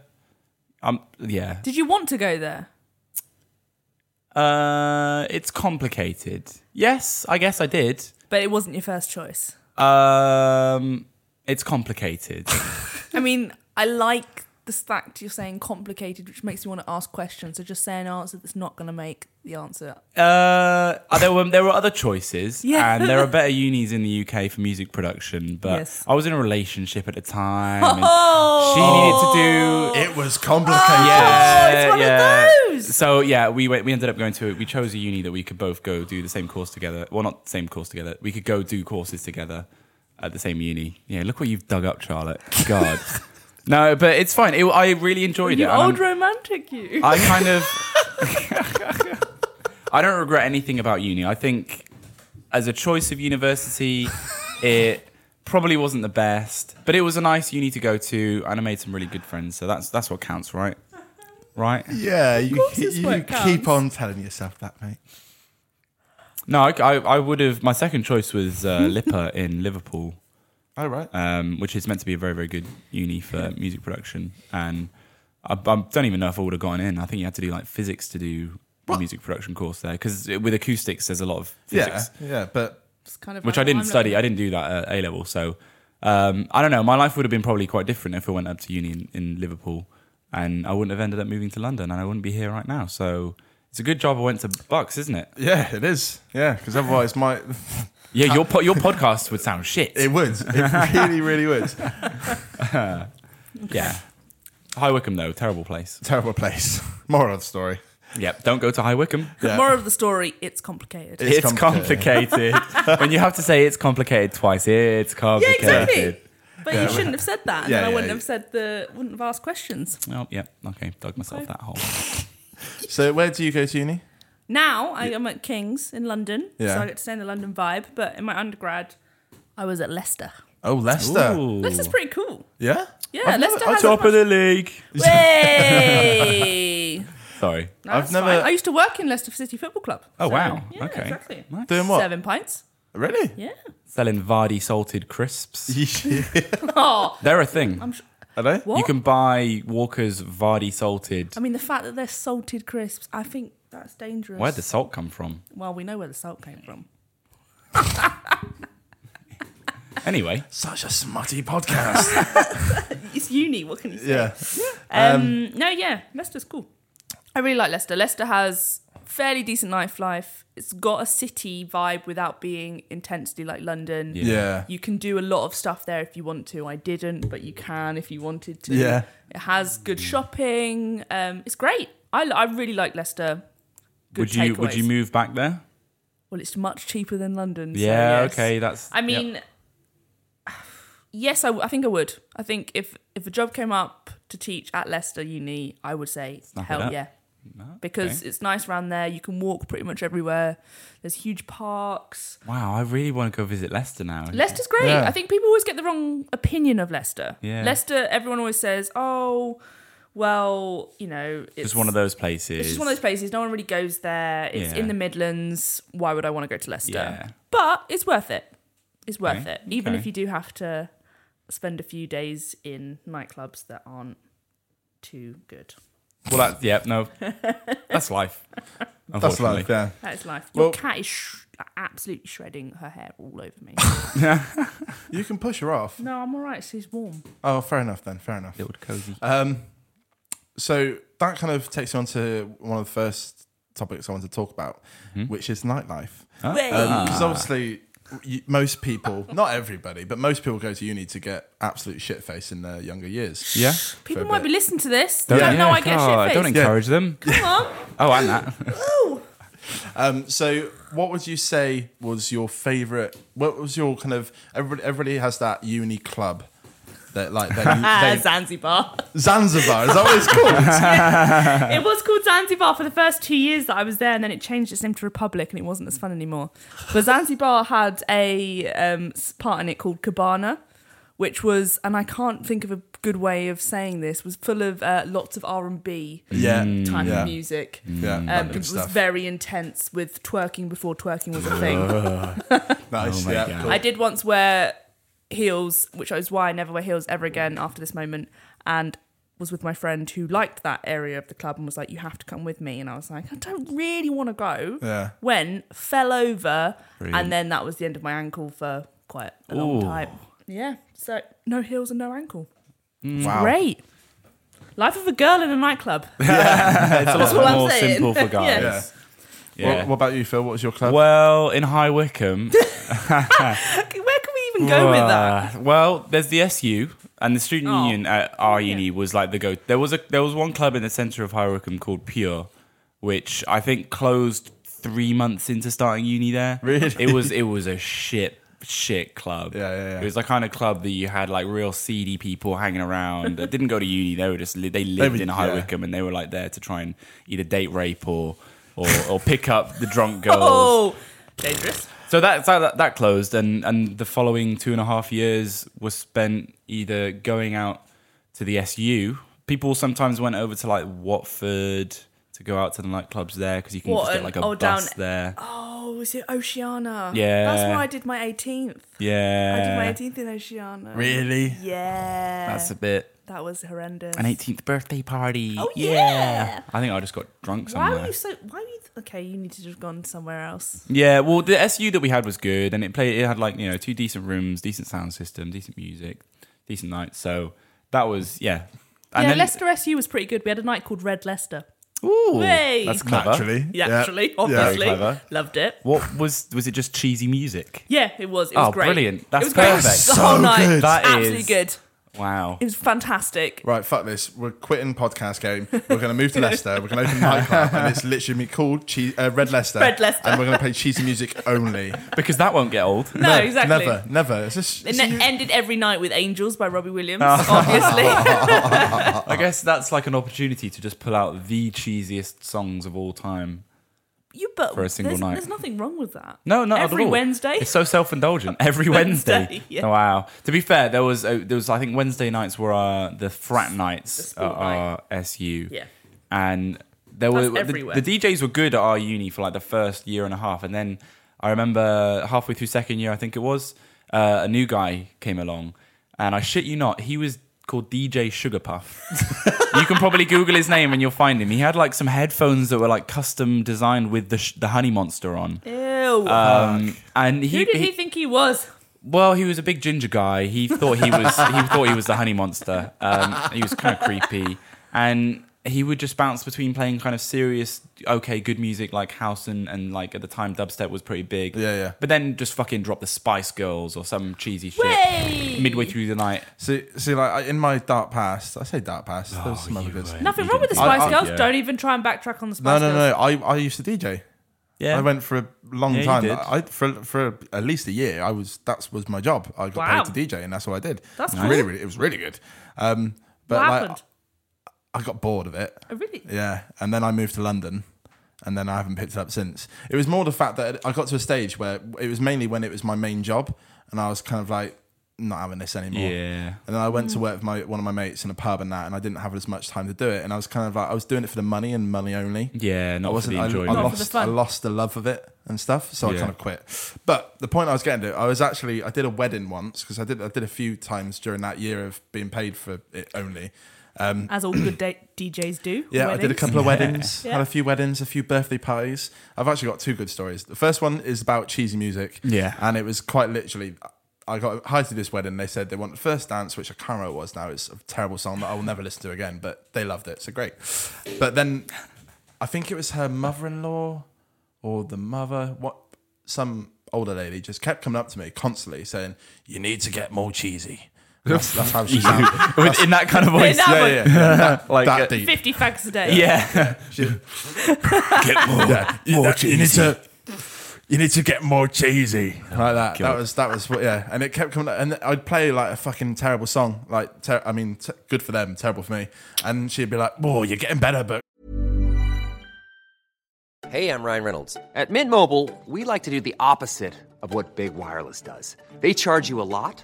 Speaker 2: um, yeah.
Speaker 3: Did you want to go there?
Speaker 2: Uh, it's complicated. Yes, I guess I did.
Speaker 3: But it wasn't your first choice.
Speaker 2: Um, it's complicated.
Speaker 3: I mean, I like the fact you're saying complicated, which makes me want to ask questions. So just say an answer that's not going to make the answer.
Speaker 2: Uh, there were there were other choices,
Speaker 3: Yeah.
Speaker 2: and there are better unis in the UK for music production. But
Speaker 3: Yes. Oh.
Speaker 2: I was in a relationship at the time. and She needed to do.
Speaker 1: It was complicated. Uh,
Speaker 2: Yeah,
Speaker 3: it's one of
Speaker 2: yeah.
Speaker 3: those.
Speaker 2: So yeah, we went, we ended up going to we chose a uni that we could both go do the same course together. Well, not the same course together. We could go do courses together at the same uni. Yeah, look what you've dug up, Charlotte. God. no, but it's fine. It, I really enjoyed
Speaker 3: You
Speaker 2: it. and I'm-
Speaker 3: old romantic, you.
Speaker 2: I kind of. I don't regret anything about uni. I think as a choice of university, it probably wasn't the best, but it was a nice uni to go to, and I made some really good friends. So that's that's what counts, right? Right?
Speaker 1: Yeah, you,
Speaker 3: course it's what
Speaker 1: you
Speaker 3: it counts.
Speaker 1: keep on telling yourself that, mate.
Speaker 2: No, I, I, I would have. My second choice was uh, Lipper in Liverpool,
Speaker 1: Oh, right.
Speaker 2: um, which is meant to be a very very good uni for music production, and I, I don't even know if I would have gone in. I think you had to do like physics to do. a
Speaker 1: What?
Speaker 2: Music production course there because with acoustics there's a lot of
Speaker 1: yeah,
Speaker 2: physics.
Speaker 1: yeah, but
Speaker 3: It's kind of
Speaker 2: which
Speaker 3: like,
Speaker 2: I didn't
Speaker 3: I'm not-
Speaker 2: study. I didn't do that at A level, so um, I don't know. My life would have been probably quite different if I went up to uni in, in Liverpool, and I wouldn't have ended up moving to London, and I wouldn't be here right now. So it's a good job I went to Bucks, isn't it?
Speaker 1: yeah, it is. Yeah, because otherwise, my
Speaker 2: Yeah, your po- your podcast would sound shit.
Speaker 1: it would. It really, really would.
Speaker 2: yeah. High Wycombe though, terrible place.
Speaker 1: Terrible place. Moral of the story.
Speaker 2: Yep, don't go to High Wycombe.
Speaker 1: Yeah.
Speaker 3: Moral of the story: it's complicated.
Speaker 1: It's
Speaker 2: It's, complicated. when you have to say it's complicated twice, it's
Speaker 3: yeah,
Speaker 2: complicated.
Speaker 3: exactly. But you shouldn't have said that, and
Speaker 1: Yeah,
Speaker 3: then I
Speaker 1: yeah,
Speaker 3: wouldn't
Speaker 1: yeah.
Speaker 3: have said the, wouldn't have asked questions.
Speaker 2: Oh, yeah. Okay, dug myself that hole.
Speaker 1: So, where do you go to uni?
Speaker 3: Now I am at King's in London,
Speaker 1: Yeah.
Speaker 3: so I get to stay in the London vibe. But in my undergrad, I was at Leicester.
Speaker 1: Oh, Leicester.
Speaker 3: Leicester's pretty cool.
Speaker 1: Yeah.
Speaker 3: Yeah,
Speaker 1: I've never-
Speaker 3: Leicester
Speaker 1: I've
Speaker 3: has a
Speaker 2: Top of the league.
Speaker 3: Way.
Speaker 2: Sorry.
Speaker 3: No,
Speaker 1: I've
Speaker 3: that's
Speaker 1: never-
Speaker 3: fine. I used to work in Leicester City Football Club.
Speaker 2: Oh, wow.
Speaker 3: yeah,
Speaker 2: okay.
Speaker 3: exactly.
Speaker 2: Nice.
Speaker 1: Doing what?
Speaker 3: Seven pints.
Speaker 1: Really?
Speaker 3: Yeah.
Speaker 2: selling Vardy salted crisps.
Speaker 3: Oh,
Speaker 2: They're a thing.
Speaker 1: Are they?
Speaker 3: what?
Speaker 2: You can buy Walker's Vardy salted.
Speaker 3: I mean, the fact that they're salted crisps, I think that's dangerous.
Speaker 2: Where'd the salt come from?
Speaker 3: Well, we know where the salt came from.
Speaker 2: Anyway,
Speaker 1: Such a smutty podcast.
Speaker 3: It's uni. What can you say?
Speaker 1: yeah.
Speaker 3: Um, no, yeah, Leicester's cool. I really like Leicester. Leicester has fairly decent nightlife. It's got a city vibe without being intensely like London.
Speaker 1: Yeah.
Speaker 3: You can do a lot of stuff there if you want to. I didn't, but you can if you wanted to.
Speaker 1: Yeah.
Speaker 3: It has good shopping. Um, it's great. I, I really like Leicester. Good
Speaker 2: would you would you
Speaker 3: takeaways.
Speaker 2: move back there?
Speaker 3: Well, it's much cheaper than London. so
Speaker 2: Yeah,
Speaker 3: yes.
Speaker 2: okay, that's
Speaker 3: I mean, yes, I, w- I think I would. I think if if a job came up to teach at Leicester Uni, I would say
Speaker 2: Snap it
Speaker 3: hell
Speaker 2: up.
Speaker 3: yeah, because it's nice around there. You can walk pretty much everywhere. There's huge parks.
Speaker 2: Wow, I really want to go visit Leicester now.
Speaker 3: Leicester's great.
Speaker 1: Yeah.
Speaker 3: I think people always get the wrong opinion of Leicester.
Speaker 2: Yeah.
Speaker 3: Leicester, everyone always says, oh, well, you know, it's
Speaker 2: It's one of those places.
Speaker 3: it's just one of those places. No one really goes there. It's
Speaker 2: Yeah.
Speaker 3: in the Midlands. Why would I want to go to Leicester?
Speaker 2: Yeah.
Speaker 3: But it's worth it. It's worth
Speaker 2: Okay,
Speaker 3: it. Even
Speaker 2: okay.
Speaker 3: if you do have to spend a few days in nightclubs that aren't too good.
Speaker 2: Well, that, yeah, no, that's life.
Speaker 1: That's life. Yeah.
Speaker 3: That is life. Your
Speaker 1: Well-
Speaker 3: cat is sh- absolutely shredding her hair all over me.
Speaker 1: You can push her off.
Speaker 3: no, I'm all right. She's warm.
Speaker 1: Oh, fair enough then. Fair enough.
Speaker 2: Old cozy.
Speaker 1: Um, so that kind of takes you on to one of the first topics I want to talk about,
Speaker 2: Mm-hmm.
Speaker 1: which is nightlife.
Speaker 2: Ah.
Speaker 1: Because obviously, you, most people, not everybody, but most people go to uni to get absolute shit faced in their younger years.
Speaker 2: yeah.
Speaker 3: People
Speaker 1: Fair
Speaker 3: might
Speaker 1: bit.
Speaker 3: be listening to this. They don't know I get
Speaker 2: God,
Speaker 3: shit
Speaker 2: Oh, Don't
Speaker 3: faced.
Speaker 2: encourage them.
Speaker 3: Come on.
Speaker 2: Oh, and that.
Speaker 1: Um, so, what would you say was your favorite? What was your kind of? Everybody, everybody has that uni club. That like
Speaker 3: Ah,
Speaker 1: that you, they,
Speaker 3: Zanzibar.
Speaker 1: Uh, Zanzibar is that what it's called?
Speaker 3: it was called Zanzibar for the first two years that I was there, and then it changed its name to Republic, and it wasn't as fun anymore. But Zanzibar had a um, s- part in it called Cabana, which was, and I can't think of a good way of saying this, was full of uh, lots of R and B
Speaker 1: yeah,
Speaker 3: type
Speaker 1: yeah,
Speaker 3: of music.
Speaker 1: Yeah, that
Speaker 3: Um,
Speaker 1: good
Speaker 3: it was
Speaker 1: stuff.
Speaker 3: very intense with twerking before twerking was a thing.
Speaker 1: Nice,
Speaker 2: Oh my
Speaker 1: yeah,
Speaker 2: God.
Speaker 1: cool.
Speaker 3: I did once wear heels, which is why I never wear heels ever again after this moment, and was with my friend who liked that area of the club and was like, You have to come with me. And I was like, I don't really want to go.
Speaker 1: Yeah.
Speaker 3: Went, fell over,
Speaker 2: Brilliant.
Speaker 3: and then that was the end of my ankle for quite a long
Speaker 2: Ooh.
Speaker 3: time. Yeah. So no heels and no ankle.
Speaker 1: Wow.
Speaker 3: Great. Life of a girl in a nightclub.
Speaker 2: It's a lot
Speaker 3: what I'm
Speaker 2: more
Speaker 3: saying.
Speaker 2: simple for
Speaker 3: Yeah.
Speaker 2: guys.
Speaker 1: What, what about you, Phil? What was your club?
Speaker 2: Well, in High Wycombe,
Speaker 3: Where can we even go with that?
Speaker 2: Uh, well, there's the SU and the student
Speaker 3: Oh.
Speaker 2: union at our uni was like the go. There was a there was one club in the centre of High Wycombe called Pure, which I think closed three months into starting uni there.
Speaker 1: Really?
Speaker 2: it was it was a shit shit club.
Speaker 1: Yeah, yeah, yeah.
Speaker 2: It was the kind of club that you had like real seedy people hanging around that didn't go to uni. They were just li- they lived
Speaker 1: were-
Speaker 2: in High
Speaker 1: yeah.
Speaker 2: Wycombe and they were like there to try and either date rape or or, or pick up the drunk girls.
Speaker 3: Oh, dangerous.
Speaker 2: So that, so that that closed, and and the following two and a half years was spent either going out to the SU. People sometimes went over to like Watford to go out to the nightclubs there because you can
Speaker 3: What,
Speaker 2: just get
Speaker 3: and-
Speaker 2: like a
Speaker 3: oh,
Speaker 2: bus
Speaker 3: down-
Speaker 2: there.
Speaker 3: Oh, is it Oceana?
Speaker 2: Yeah.
Speaker 3: That's where I did my 18th. I did my
Speaker 2: yeah,
Speaker 3: 18th in Oceana.
Speaker 1: really?
Speaker 3: Yeah.
Speaker 2: that's a bit
Speaker 3: that was horrendous.
Speaker 2: an 18th birthday party.
Speaker 3: Oh, yeah.
Speaker 2: I think I just got drunk
Speaker 3: Why
Speaker 2: somewhere.
Speaker 3: were you so. Why were you. Okay, you need to have gone somewhere else.
Speaker 2: Yeah, well, the SU that we had was good, and it played. It had like you know two decent rooms, decent sound system, decent music, decent nights. So that was yeah. And
Speaker 3: yeah,
Speaker 2: then-
Speaker 3: Leicester SU was pretty good. We had a night called Red Leicester.
Speaker 2: Ooh,
Speaker 3: Hey!
Speaker 2: that's clever.
Speaker 1: Naturally.
Speaker 3: Yeah, actually,
Speaker 2: Very
Speaker 3: obviously.
Speaker 2: clever.
Speaker 3: Loved it.
Speaker 2: What was was it? Just cheesy music?
Speaker 3: Yeah, it was. It
Speaker 2: Oh,
Speaker 3: was great.
Speaker 2: brilliant. That's
Speaker 3: it was great.
Speaker 2: perfect.
Speaker 3: The whole
Speaker 1: So
Speaker 3: night.
Speaker 1: good.
Speaker 2: That
Speaker 3: absolutely
Speaker 2: is-
Speaker 3: good.
Speaker 2: Wow.
Speaker 3: It was fantastic.
Speaker 1: Right, fuck this. We're quitting podcast game. We're going to move to Leicester. We're going to open a nightclub, and it's literally gonna be called cheese, uh, Red Leicester.
Speaker 3: Red Leicester.
Speaker 1: And we're going to play cheesy music only.
Speaker 2: Because that won't get old.
Speaker 3: No, exactly.
Speaker 1: Never, never. It's just,
Speaker 3: And
Speaker 1: it's
Speaker 3: then ended every night with Angels by Robbie Williams,
Speaker 2: Oh.
Speaker 3: Oh, obviously.
Speaker 2: I guess that's like an opportunity to just pull out the cheesiest songs of all time.
Speaker 3: you but
Speaker 2: For a single
Speaker 3: there's,
Speaker 2: night.
Speaker 3: There's nothing wrong with that.
Speaker 2: No, not
Speaker 3: every
Speaker 2: at all.
Speaker 3: Wednesday.
Speaker 2: It's so self-indulgent. Every
Speaker 3: Wednesday,
Speaker 2: Wednesday. Oh,
Speaker 3: yeah.
Speaker 2: Wow. To be fair, there was uh, there was I think Wednesday nights were uh, the frat nights
Speaker 3: sport
Speaker 2: at our SU.
Speaker 3: Yeah.
Speaker 2: And there
Speaker 3: That's
Speaker 2: were
Speaker 3: everywhere.
Speaker 2: the, the DJs were good at our uni for like the first year and a half, and then I remember halfway through second year, I think it was, uh, a new guy came along, and I shit you not, he was called DJ Sugarpuff. you can probably Google his name and you'll find him. He had like some headphones that were like custom designed with the sh- the honey monster on.
Speaker 3: Ew.
Speaker 2: Um, and he,
Speaker 3: Who did
Speaker 2: he-
Speaker 3: he think he was?
Speaker 2: well, he was a big ginger guy. He thought he was he thought he was the honey monster. Um, he was kind of creepy, and he would just bounce between playing kind of serious, okay, good music like house and, and like at the time dubstep was pretty big.
Speaker 1: Yeah, yeah.
Speaker 2: But then just fucking drop the Spice Girls or some cheesy shit
Speaker 3: Way!
Speaker 2: midway through the night.
Speaker 1: See, see, like I- in my dark past, I say dark past. there was
Speaker 2: Oh,
Speaker 1: some other good. No,
Speaker 3: Nothing wrong with the
Speaker 1: I-
Speaker 3: Spice
Speaker 1: I-
Speaker 3: Girls.
Speaker 2: yeah.
Speaker 3: Don't even try and backtrack on the Spice
Speaker 1: no,
Speaker 3: Girls.
Speaker 1: no. I, I used to DJ.
Speaker 2: Yeah,
Speaker 1: I went for a long
Speaker 2: Yeah, you
Speaker 1: time.
Speaker 2: did.
Speaker 1: I for for at least a year. I was that was my job. I got
Speaker 3: Wow.
Speaker 1: paid to DJ, and that's what I did.
Speaker 3: That's
Speaker 1: It was
Speaker 3: cool.
Speaker 1: really, really, it was really good. Um, but
Speaker 3: What
Speaker 1: like,
Speaker 3: happened?
Speaker 1: I got bored of it.
Speaker 3: Oh, really?
Speaker 1: Yeah, and then I moved to London, and then I haven't picked it up since. It was more the fact that I got to a stage where it was mainly when it was my main job, and I was kind of like not having this anymore.
Speaker 2: Yeah. Mm.
Speaker 1: And then I went to work with my one of my mates in a pub and that, and I didn't have as much time to do it. And I was kind of like I was doing it for the money and money only.
Speaker 2: Yeah,
Speaker 1: I
Speaker 2: not for
Speaker 1: wasn't.
Speaker 2: the
Speaker 1: I- I,
Speaker 2: enjoyment.
Speaker 3: Not for the
Speaker 1: lost.
Speaker 3: fun.
Speaker 1: I lost the love of it and stuff, so I
Speaker 2: Yeah.
Speaker 1: kind of quit. But the point I was getting to, I was actually I did a wedding once because I did I did a few times during that year of being paid for it only.
Speaker 3: As all good da- DJs do.
Speaker 1: Yeah, I did a
Speaker 3: weddings.
Speaker 1: couple of weddings,
Speaker 3: Yeah.
Speaker 1: had a few weddings, a few birthday parties. I've actually got two good stories. The first one is about cheesy music.
Speaker 2: Yeah.
Speaker 1: And it was quite literally, I got hired to this wedding. They said they want the first dance, which I can't remember what it was now. It's a terrible song that I will never listen to again, but they loved it. So great. But then I think it was her mother in law or the mother, what some older lady just kept coming up to me constantly saying, You need to get more cheesy. That's, that's how she sounded.
Speaker 2: With- in that kind of voice.
Speaker 3: that
Speaker 1: Yeah,
Speaker 3: one.
Speaker 1: yeah, yeah. That,
Speaker 2: Like,
Speaker 1: that
Speaker 2: uh,
Speaker 1: deep.
Speaker 3: 50 fags a day.
Speaker 2: yeah.
Speaker 1: get more, more cheesy. You need to, you need to get more cheesy like that. That was that was what, yeah. And it kept coming, up. and I'd play like a fucking terrible song, like ter- I mean, t- good for them, terrible for me. And she'd be like, "Whoa, you're getting better, but
Speaker 4: Hey, I'm Ryan Reynolds. At Mint Mobile, we like to do the opposite of what Big Wireless does. They charge you a lot,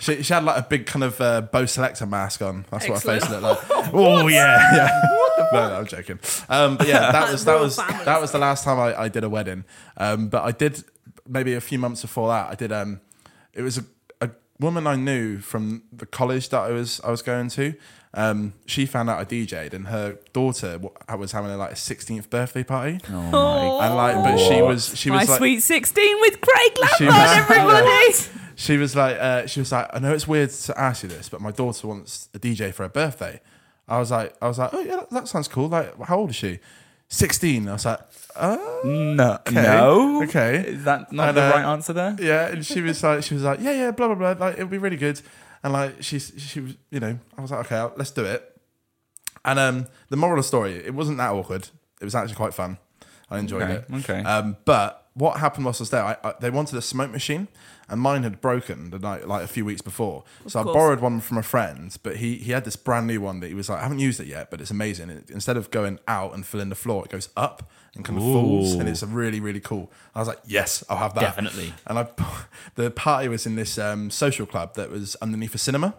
Speaker 1: She, she had like a big kind of uh, Bo Selector mask on. That's
Speaker 3: Excellent.
Speaker 1: what her face looked like. oh yeah, yeah. no, no, I'm joking. Um, but yeah, that was that
Speaker 3: Royal
Speaker 1: was
Speaker 3: family
Speaker 1: that was the last time I, I did a wedding. Um, but I did maybe a few months before that. I did. Um, it was a, a woman I knew from the college that I was I was going to. Um, she found out I DJ'd, and her daughter w- was having like a 16th birthday party. And like, but she was she
Speaker 3: Oh, My
Speaker 1: was like,
Speaker 3: sweet sixteen with Craig
Speaker 1: She
Speaker 3: Lambert,
Speaker 1: was-
Speaker 3: everybody.
Speaker 1: she was like, uh, she was like, I know it's weird to ask you this, but my daughter wants a DJ for her birthday. I was like, I was like, oh yeah, that, that sounds cool. Like, how old is she? Sixteen. I was like, oh
Speaker 2: No,
Speaker 1: okay,
Speaker 2: no.
Speaker 1: okay.
Speaker 2: Is that not
Speaker 1: And,
Speaker 2: the
Speaker 1: uh,
Speaker 2: right answer there?
Speaker 1: yeah. And she was like, she was like, yeah, yeah, blah blah blah. Like, it'll be really good. And like, she's she was, you know, I was like, okay, let's do it. And um, the moral of the story, it wasn't that awkward. It was actually quite fun. I enjoyed
Speaker 2: Okay,
Speaker 1: it.
Speaker 2: okay.
Speaker 1: Um, but what happened whilst I was there, I, I, they wanted a smoke machine, and mine had broken the night like a few weeks before. so I
Speaker 3: course.
Speaker 1: borrowed one from a friend, but he he had this brand new one that he was like, I haven't used it yet, but it's amazing. It, instead of going out and filling the floor, it goes up and kind of falls, and it's really really cool. I was like, yes, I'll have that
Speaker 2: Definitely.
Speaker 1: and I, the party was in this um, social club that was underneath a cinema,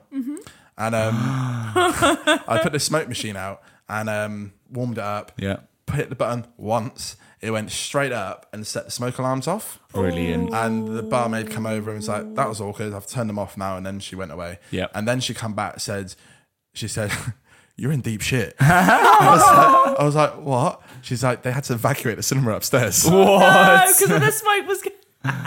Speaker 1: and um, I put the smoke machine out and um, warmed it up.
Speaker 2: Yeah.
Speaker 1: hit the button once. It went straight up and set the smoke alarms off.
Speaker 2: Brilliant.
Speaker 1: And the barmaid come over and was like, "That was awkward. I've turned them off now." And then she went away.
Speaker 2: Yeah.
Speaker 1: And then she come back said, "She said." You're in deep shit. I, was like, I was like, what? She's like, they had to evacuate the cinema upstairs.
Speaker 3: No, because the smoke was.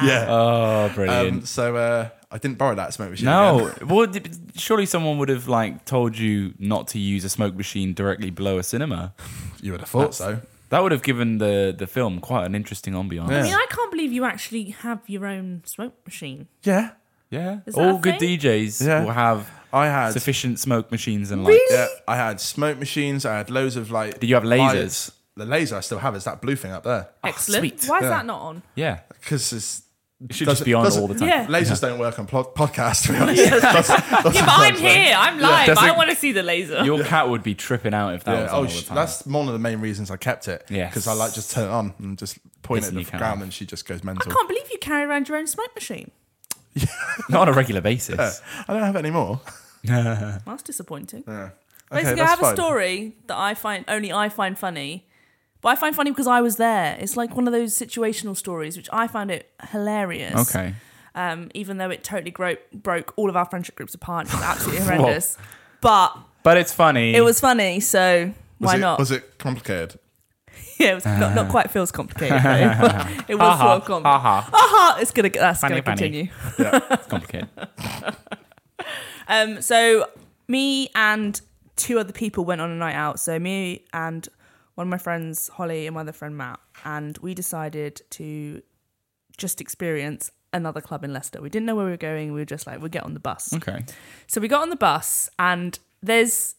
Speaker 1: Yeah.
Speaker 2: Oh, brilliant.
Speaker 1: Um, so uh, I didn't borrow that smoke machine.
Speaker 2: no,
Speaker 1: again.
Speaker 2: well, d- surely someone would have like told you not to use a smoke machine directly below a cinema.
Speaker 1: you would have thought so.
Speaker 2: That would have given the the film quite an interesting ambiance.
Speaker 3: I
Speaker 2: Yeah,
Speaker 3: mean, I can't believe you actually have your own smoke machine.
Speaker 1: Yeah,
Speaker 3: Is that
Speaker 2: all
Speaker 3: a
Speaker 2: good
Speaker 3: thing?
Speaker 2: DJs
Speaker 1: Yeah.
Speaker 2: will have
Speaker 1: I had.
Speaker 2: sufficient smoke machines and lights.
Speaker 1: yeah, I had smoke machines. I had loads of like.
Speaker 2: Did you have lasers?
Speaker 1: lights. The laser I still have is that blue thing up there
Speaker 3: Excellent.
Speaker 2: sweet.
Speaker 3: Why
Speaker 1: Oh,
Speaker 3: is
Speaker 1: Yeah.
Speaker 3: that not on?
Speaker 2: Yeah,
Speaker 1: because it's.
Speaker 2: it should just be on all the time.
Speaker 3: Yeah.
Speaker 1: Lasers don't work on pod- podcasts, to be honest.
Speaker 3: Yeah, but I'm here. I'm live.
Speaker 2: Doesn't-
Speaker 3: I want to see the laser.
Speaker 2: Your cat would be tripping out if that
Speaker 1: Yeah,
Speaker 2: was on
Speaker 1: oh,
Speaker 2: all
Speaker 1: sh-
Speaker 2: the time.
Speaker 1: that's one of the main reasons I kept it.
Speaker 2: Yes.
Speaker 1: because I like just turn it on and just point
Speaker 2: Listen,
Speaker 1: it
Speaker 2: you
Speaker 1: at the
Speaker 2: can't.
Speaker 1: ground, and she just goes
Speaker 3: I
Speaker 1: mental.
Speaker 3: can't believe you carry around your own smoke machine.
Speaker 2: Not on a regular basis.
Speaker 1: I don't have it anymore.
Speaker 3: That's disappointing.
Speaker 1: Okay,
Speaker 3: Basically, I
Speaker 1: that's
Speaker 3: have
Speaker 1: fine.
Speaker 3: a story that I find only I find funny, but I find funny because I was there. It's like one of those situational stories, which I found it hilarious.
Speaker 2: Okay.
Speaker 3: Um, even though it totally gro- broke all of our friendship groups apart, it was absolutely horrendous. But
Speaker 2: But it's funny.
Speaker 3: it was funny, so
Speaker 1: Was
Speaker 3: why
Speaker 1: it,
Speaker 3: not?
Speaker 1: Was it complicated?
Speaker 3: yeah, it was not, not quite feels complicated. Though. it was
Speaker 2: Ha-ha,
Speaker 3: sort of com-
Speaker 2: ha-ha.
Speaker 3: Aha, it's gonna that's
Speaker 2: Funny,
Speaker 3: gonna continue.
Speaker 2: funny. It's complicated.
Speaker 3: Um, so me and two other people went on a night out. So me and one of my friends, Holly, and my other friend Matt, and we decided to just experience another club in Leicester. We didn't know where we were going. We were just like, we'll get on the bus.
Speaker 2: Okay.
Speaker 3: So we got on the bus, and there's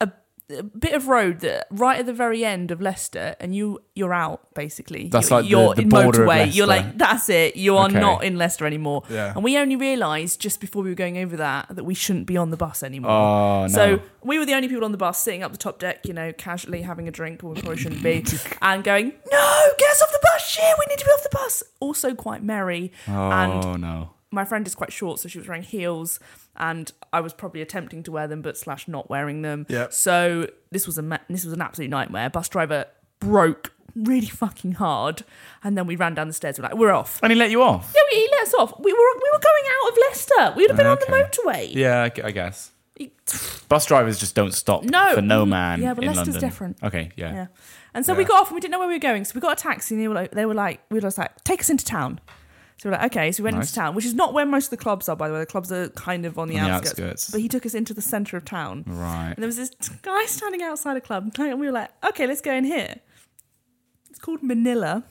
Speaker 3: a, a bit of road that right at the very end of Leicester, and you you're out basically.
Speaker 2: That's
Speaker 3: you're,
Speaker 2: like the-
Speaker 3: you're
Speaker 2: the
Speaker 3: in
Speaker 2: border of
Speaker 3: motorway. you're
Speaker 2: Leicester.
Speaker 3: like that's it. You are
Speaker 2: Okay.
Speaker 3: not in Leicester anymore.
Speaker 1: Yeah.
Speaker 3: And we only realised just before we were going over that that we shouldn't be on the bus anymore.
Speaker 2: Oh, no.
Speaker 3: So we were the only people on the bus sitting up the top deck, you know, casually having a drink, or we probably shouldn't be, and going, "No, get us off the bus! Shit, we need to be off the bus." Also quite merry, and
Speaker 2: Oh no.
Speaker 3: my friend is quite short, so she was wearing heels, and I was probably attempting to wear them, but slash not wearing them.
Speaker 1: Yeah.
Speaker 3: So this was a ma- this was an absolute nightmare. Bus driver broke really fucking hard, and then we ran down the stairs. We're like, we're off.
Speaker 2: And he let you off.
Speaker 3: Yeah, we, he let us off. We were we were going out of Leicester. We'd have been on
Speaker 2: Okay.
Speaker 3: the motorway.
Speaker 2: Yeah, I gu- I guess.
Speaker 3: He-
Speaker 2: Bus drivers just don't stop
Speaker 3: No.
Speaker 2: for no
Speaker 3: Mhm.
Speaker 2: man.
Speaker 3: Yeah, but
Speaker 2: in
Speaker 3: Leicester's
Speaker 2: London.
Speaker 3: different.
Speaker 2: Okay, yeah.
Speaker 3: Yeah. And so we got off and we didn't know where we were going. So we got a taxi and they were like, they were like we were just like, take us into town. So we're like, okay. So we went
Speaker 2: Nice.
Speaker 3: into town, which is not where most of the clubs are, by the way. The clubs are kind of on the,
Speaker 2: On the
Speaker 3: outskirts.
Speaker 2: outskirts.
Speaker 3: But he took us into the centre of town.
Speaker 2: Right.
Speaker 3: And there was this t- guy standing outside a club and we were like, okay, let's go in here. It's called Manila.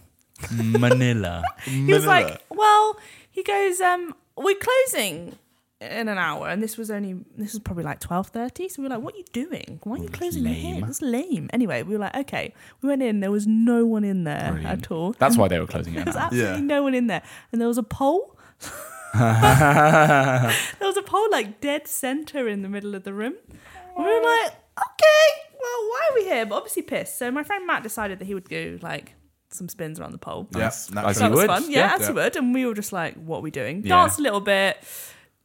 Speaker 2: Manila.
Speaker 3: He
Speaker 1: Manila.
Speaker 3: was like, well, he goes, um, we're closing in an hour, and this was only this was probably like twelve thirty. So we were like, what are you doing? Why are you closing your
Speaker 2: lame.
Speaker 3: hair? That's lame. Anyway, we were like, okay, we went in. There was no one in there
Speaker 2: Brilliant.
Speaker 3: at all.
Speaker 2: That's why they were closing it.
Speaker 3: There was
Speaker 2: now.
Speaker 3: absolutely
Speaker 1: Yeah.
Speaker 3: no one in there, and there was a pole. there was a pole like dead center in the middle of the room. And we were like, okay, well, why are we here? But obviously pissed. So my friend Matt decided that he would do like some spins around the pole.
Speaker 1: Yeah,
Speaker 2: Nice.
Speaker 1: naturally.
Speaker 2: As
Speaker 3: So
Speaker 2: you
Speaker 3: that was
Speaker 2: would.
Speaker 3: fun. Yeah,
Speaker 2: Yeah.
Speaker 3: as you would. And we were just like, what are we doing?
Speaker 2: Yeah.
Speaker 3: Danced a little bit.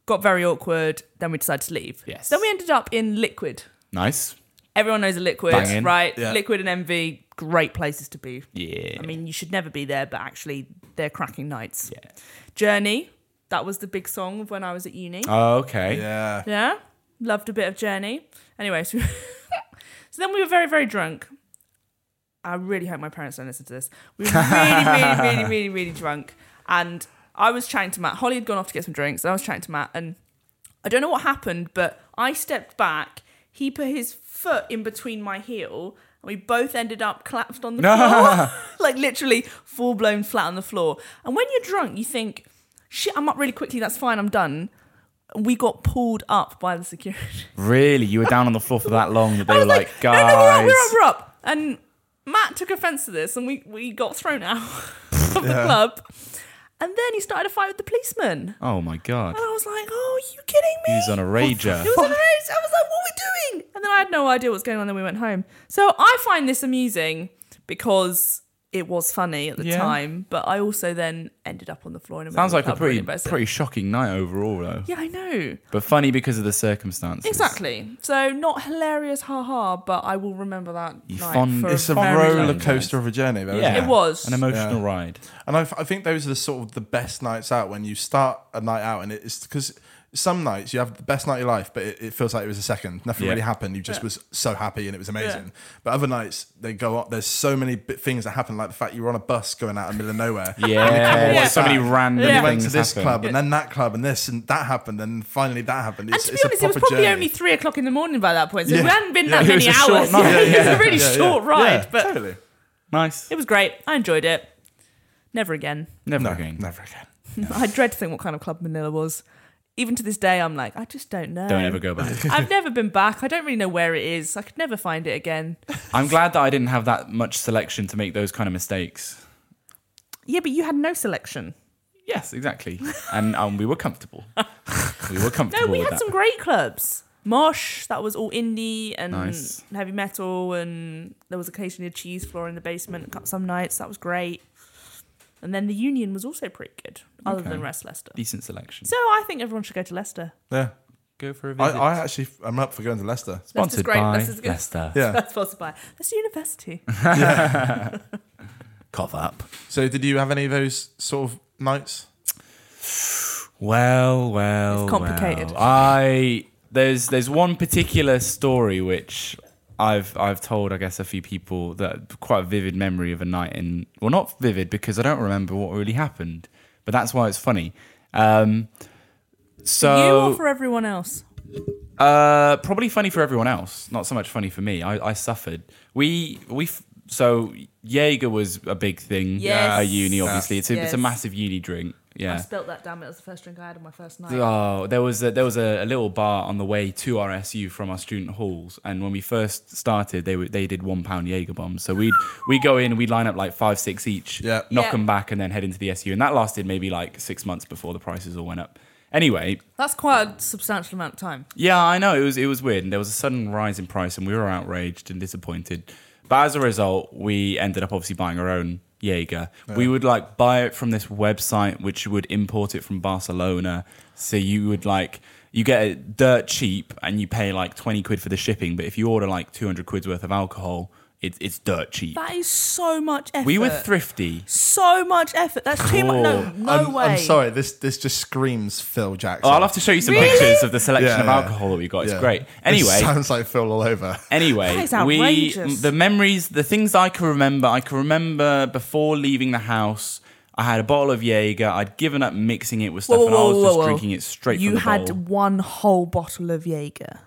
Speaker 3: got very awkward. Then we decided to leave.
Speaker 2: Yes.
Speaker 3: Then we ended up in Liquid.
Speaker 2: Nice.
Speaker 3: Everyone knows a Liquid,
Speaker 2: Banging.
Speaker 3: right?
Speaker 1: Yeah.
Speaker 3: Liquid and MV, great places to be.
Speaker 2: Yeah.
Speaker 3: I mean, you should never be there, but actually, they're cracking nights.
Speaker 2: Yeah.
Speaker 3: Journey, that was the big song of when I was at uni.
Speaker 2: Okay.
Speaker 1: Yeah.
Speaker 3: Yeah, loved a bit of Journey. Anyway, so, so then we were very, very drunk. I really hope my parents don't listen to this. We were really, really, really, really, really drunk. And I was chatting to Matt. Holly had gone off to get some drinks, and I was chatting to Matt. And I don't know what happened, but I stepped back. He put his foot in between my heel, and we both ended up collapsed on the floor. like literally full blown flat on the floor. And when you're drunk, you think, shit, I'm up really quickly. That's fine. I'm done. We got pulled up by the security.
Speaker 2: Really? You were down on the floor for that long that they
Speaker 3: I
Speaker 2: were
Speaker 3: was
Speaker 2: like,
Speaker 3: no,
Speaker 2: guys.
Speaker 3: no, we're up, we're up, we're up. And Matt took offence to this, and we, we got thrown out of the club. And then he started a fight with the policeman.
Speaker 2: Oh my God.
Speaker 3: And I was like, oh, are you kidding me?
Speaker 2: He was on a rager.
Speaker 3: He was on a rage. I was like, what are we doing? And then I had no idea what was going on. Then we went home. So I find this amusing because it was funny at the
Speaker 2: Yeah.
Speaker 3: time, but I also then ended up on the floor in a
Speaker 2: Sounds like a
Speaker 3: club,
Speaker 2: pretty,
Speaker 3: really embarrassing.
Speaker 2: pretty shocking night overall, though.
Speaker 3: Yeah, I know.
Speaker 2: But funny because of the circumstances.
Speaker 3: Exactly. So not hilarious, haha, but I will remember that
Speaker 2: You
Speaker 3: night
Speaker 2: fond-
Speaker 3: for
Speaker 1: It's a
Speaker 3: very long
Speaker 1: roller
Speaker 3: time.
Speaker 1: coaster of a journey, though. Isn't
Speaker 2: Yeah.
Speaker 3: It was.
Speaker 2: An emotional
Speaker 1: Yeah.
Speaker 2: ride.
Speaker 1: And I, I think those are the sort of the best nights out when you start a night out, and it's because some nights you have the best night of your life, but it, it feels like it was a second. Nothing
Speaker 2: Yeah.
Speaker 1: really happened. You just was so happy and it was amazing. But other nights they go up. There's so many bi- things that happen, like the fact you were on a bus going out in the middle of nowhere. and you come
Speaker 2: Yeah.
Speaker 1: all
Speaker 3: Yeah.
Speaker 1: like
Speaker 2: So many
Speaker 1: that.
Speaker 2: random
Speaker 1: Then you went
Speaker 2: things
Speaker 1: to this
Speaker 2: happen.
Speaker 1: club and then that club and this and that happened and finally that happened.
Speaker 3: And
Speaker 1: It's,
Speaker 3: to be
Speaker 1: it's
Speaker 3: honest,
Speaker 1: a
Speaker 3: it was
Speaker 1: proper
Speaker 3: probably
Speaker 1: journey.
Speaker 3: only three o'clock in the morning by that point, so
Speaker 1: Yeah.
Speaker 3: it hadn't been
Speaker 1: Yeah.
Speaker 3: that
Speaker 2: It was
Speaker 3: many
Speaker 2: a short
Speaker 3: hours.
Speaker 2: night.
Speaker 3: it was
Speaker 1: Yeah,
Speaker 3: a really
Speaker 1: yeah,
Speaker 3: short
Speaker 1: yeah.
Speaker 3: ride,
Speaker 1: Yeah,
Speaker 3: but
Speaker 1: totally.
Speaker 2: Nice.
Speaker 3: it was great. I enjoyed it. Never again.
Speaker 2: Never
Speaker 1: No,
Speaker 2: again.
Speaker 1: never again.
Speaker 3: I dread to think what kind of club Manila was. Even to this day, I'm like, I just don't know.
Speaker 2: Don't ever go back.
Speaker 3: I've never been back. I don't really know where it is. I could never find it again.
Speaker 2: I'm glad that I didn't have that much selection to make those kind of mistakes.
Speaker 3: Yeah, but you had no selection.
Speaker 2: Yes, exactly. And um, we were comfortable. We were
Speaker 3: No,
Speaker 2: comfortable
Speaker 3: we
Speaker 2: with
Speaker 3: had
Speaker 2: that.
Speaker 3: some great clubs. Mosh, that was all indie and
Speaker 2: Nice.
Speaker 3: heavy metal, and there was occasionally a cheese floor in the basement some nights. That was great. And then the Union was also pretty good, other
Speaker 2: Okay.
Speaker 3: than West Leicester.
Speaker 2: Decent selection.
Speaker 3: So I think everyone should go to Leicester.
Speaker 1: Yeah,
Speaker 2: go for a
Speaker 1: I,
Speaker 2: visit.
Speaker 1: I actually I'm up for going to Leicester.
Speaker 3: Leicester's
Speaker 2: Sponsored
Speaker 3: great,
Speaker 2: by
Speaker 3: Leicester's good.
Speaker 2: Leicester.
Speaker 1: Yeah.
Speaker 3: That's sponsored by Leicester University.
Speaker 2: Cough up.
Speaker 1: So did you have any of those sort of nights?
Speaker 2: Well, well,
Speaker 3: It's complicated.
Speaker 2: well. I there's there's one particular story which I've I've told I guess a few people that quite a vivid memory of a night in well not vivid because I don't remember what really happened, but that's why it's funny. Um,
Speaker 3: you
Speaker 2: so
Speaker 3: or for everyone else?
Speaker 2: uh, probably funny for everyone else. Not so much funny for me. I, I suffered. We we f- so Jaeger was a big thing
Speaker 3: Yes.
Speaker 2: at uni. Obviously, it's a, it's
Speaker 3: Yes.
Speaker 2: a massive uni drink. Yeah.
Speaker 3: I spilt that damn it. It was the first drink I had on my first night.
Speaker 2: Oh, there was a, there was a, a little bar on the way to RSU from our student halls, and when we first started, they were, they did one pound Jaeger bombs. So we'd we go in and we'd line up like five six each,
Speaker 1: Yeah.
Speaker 2: knock
Speaker 3: Yeah.
Speaker 2: them back, and then head into the SU, and that lasted maybe like six months before the prices all went up. Anyway,
Speaker 3: That's quite a substantial amount of time.
Speaker 2: yeah, I know it was it was weird, and there was a sudden rise in price, and we were outraged and disappointed. But as a result, we ended up obviously buying our own Jaeger. We would like buy it from this website, which would import it from Barcelona. So you would like you get it dirt cheap, and you pay like twenty quid for the shipping. But if you order like two hundred quid's worth of alcohol, it's it's dirt cheap.
Speaker 3: That is so much effort.
Speaker 2: We were thrifty.
Speaker 3: so much effort. That's too much. No,
Speaker 2: Cool.
Speaker 3: no
Speaker 1: I'm,
Speaker 3: way.
Speaker 1: I'm sorry. This this just screams Phil Jackson.
Speaker 2: Oh, I'll have to show you some
Speaker 3: Really?
Speaker 2: pictures of the selection
Speaker 1: Yeah,
Speaker 2: of
Speaker 1: yeah.
Speaker 2: alcohol that we got. It's
Speaker 1: Yeah.
Speaker 2: great.
Speaker 1: It
Speaker 2: Anyway,
Speaker 1: sounds like Phil all over.
Speaker 3: That
Speaker 2: Anyway,
Speaker 3: is
Speaker 2: we
Speaker 3: outrageous.
Speaker 2: the memories, the things that I can remember. I can remember before leaving the house, I had a bottle of Jaeger. I'd given up mixing it with stuff, and I was just drinking it straight.
Speaker 3: You
Speaker 2: from the
Speaker 3: had
Speaker 2: bowl.
Speaker 3: one whole bottle of Jaeger.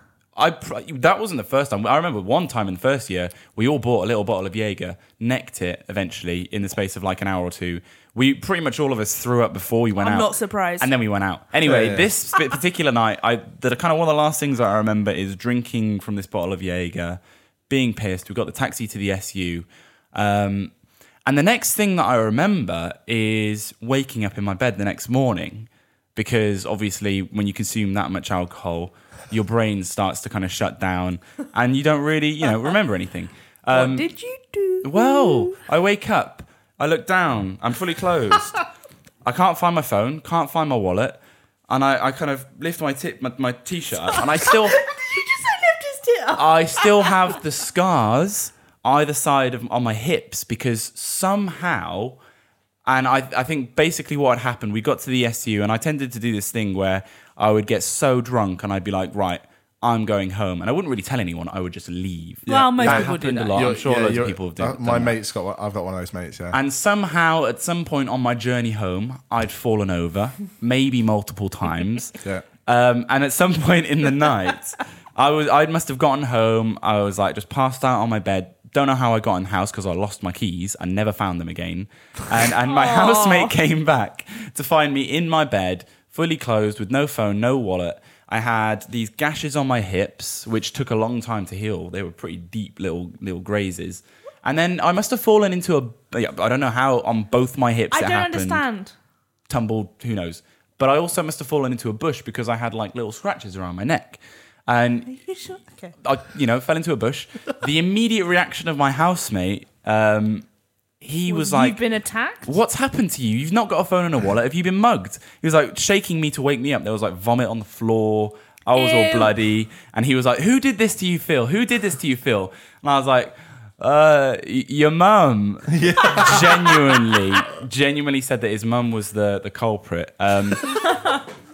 Speaker 2: I pr- that wasn't the first time. I remember one time in the first year, we all bought a little bottle of Jaeger, necked it eventually in the space of like an hour or two. We pretty much all of us threw up before we went
Speaker 3: I'm
Speaker 2: out.
Speaker 3: not surprised.
Speaker 2: And then we went out. Anyway,
Speaker 1: yeah.
Speaker 2: this sp- particular night, I that kind of one of the last things that I remember is drinking from this bottle of Jaeger, being pissed. We got the taxi to the SU. Um, and the next thing that I remember is waking up in my bed the next morning because obviously when you consume that much alcohol, your brain starts to kind of shut down and you don't really, you know, remember anything.
Speaker 3: what did you do?
Speaker 2: Um,
Speaker 3: Mm.
Speaker 2: Well, I wake up, I look down, I'm fully clothed. I can't find my phone, can't find my wallet. and I, I kind of lift my tip my, my t-shirt up, and I still
Speaker 3: you just said lift his tit up.
Speaker 2: I still have the scars either side of on my hips because somehow and I, I think basically what had happened, we got to the SU and I tended to do this thing where I would get so drunk and I'd be like, right, I'm going home. And I wouldn't really tell anyone, I would just leave.
Speaker 3: Well, most
Speaker 2: that
Speaker 3: people do
Speaker 2: happened
Speaker 3: that.
Speaker 2: a lot. I'm
Speaker 3: You're-
Speaker 2: sure
Speaker 1: yeah,
Speaker 2: loads of
Speaker 1: you're-
Speaker 2: people have
Speaker 1: uh,
Speaker 2: done
Speaker 1: my
Speaker 2: done that.
Speaker 1: mate's got. One, I've got one of those mates. Yeah.
Speaker 2: And somehow, at some point on my journey home, I'd fallen over, maybe multiple times.
Speaker 1: Yeah.
Speaker 2: Um, and at some point in the night, I was I must have gotten home. I was like just passed out on my bed. Don't know how I got in the house because I lost my keys and never found them again. And and my housemate came back to find me in my bed, fully clothed, with no phone, no wallet. I had these gashes on my hips, which took a long time to heal. They were pretty deep little little grazes. And then I must have fallen into a I don't know how on both my hips.
Speaker 3: I
Speaker 2: it
Speaker 3: don't
Speaker 2: happened
Speaker 3: understand.
Speaker 2: tumbled, who knows. But I also must have fallen into a bush because I had like little scratches around my neck. And
Speaker 3: You sure? Okay.
Speaker 2: I, you know, fell into a bush. The immediate reaction of my housemate, um, he was like,
Speaker 3: You've been attacked.
Speaker 2: What's happened to you? You've not got a phone and a wallet. Have you been mugged? He was like shaking me to wake me up. There was like vomit on the floor. I was all
Speaker 3: Ew.
Speaker 2: bloody. And he was like, Who did this to you, Phil? Who did this to you, Phil? And I was like, uh, y- your mum genuinely, genuinely said that his mum was the the culprit. Um,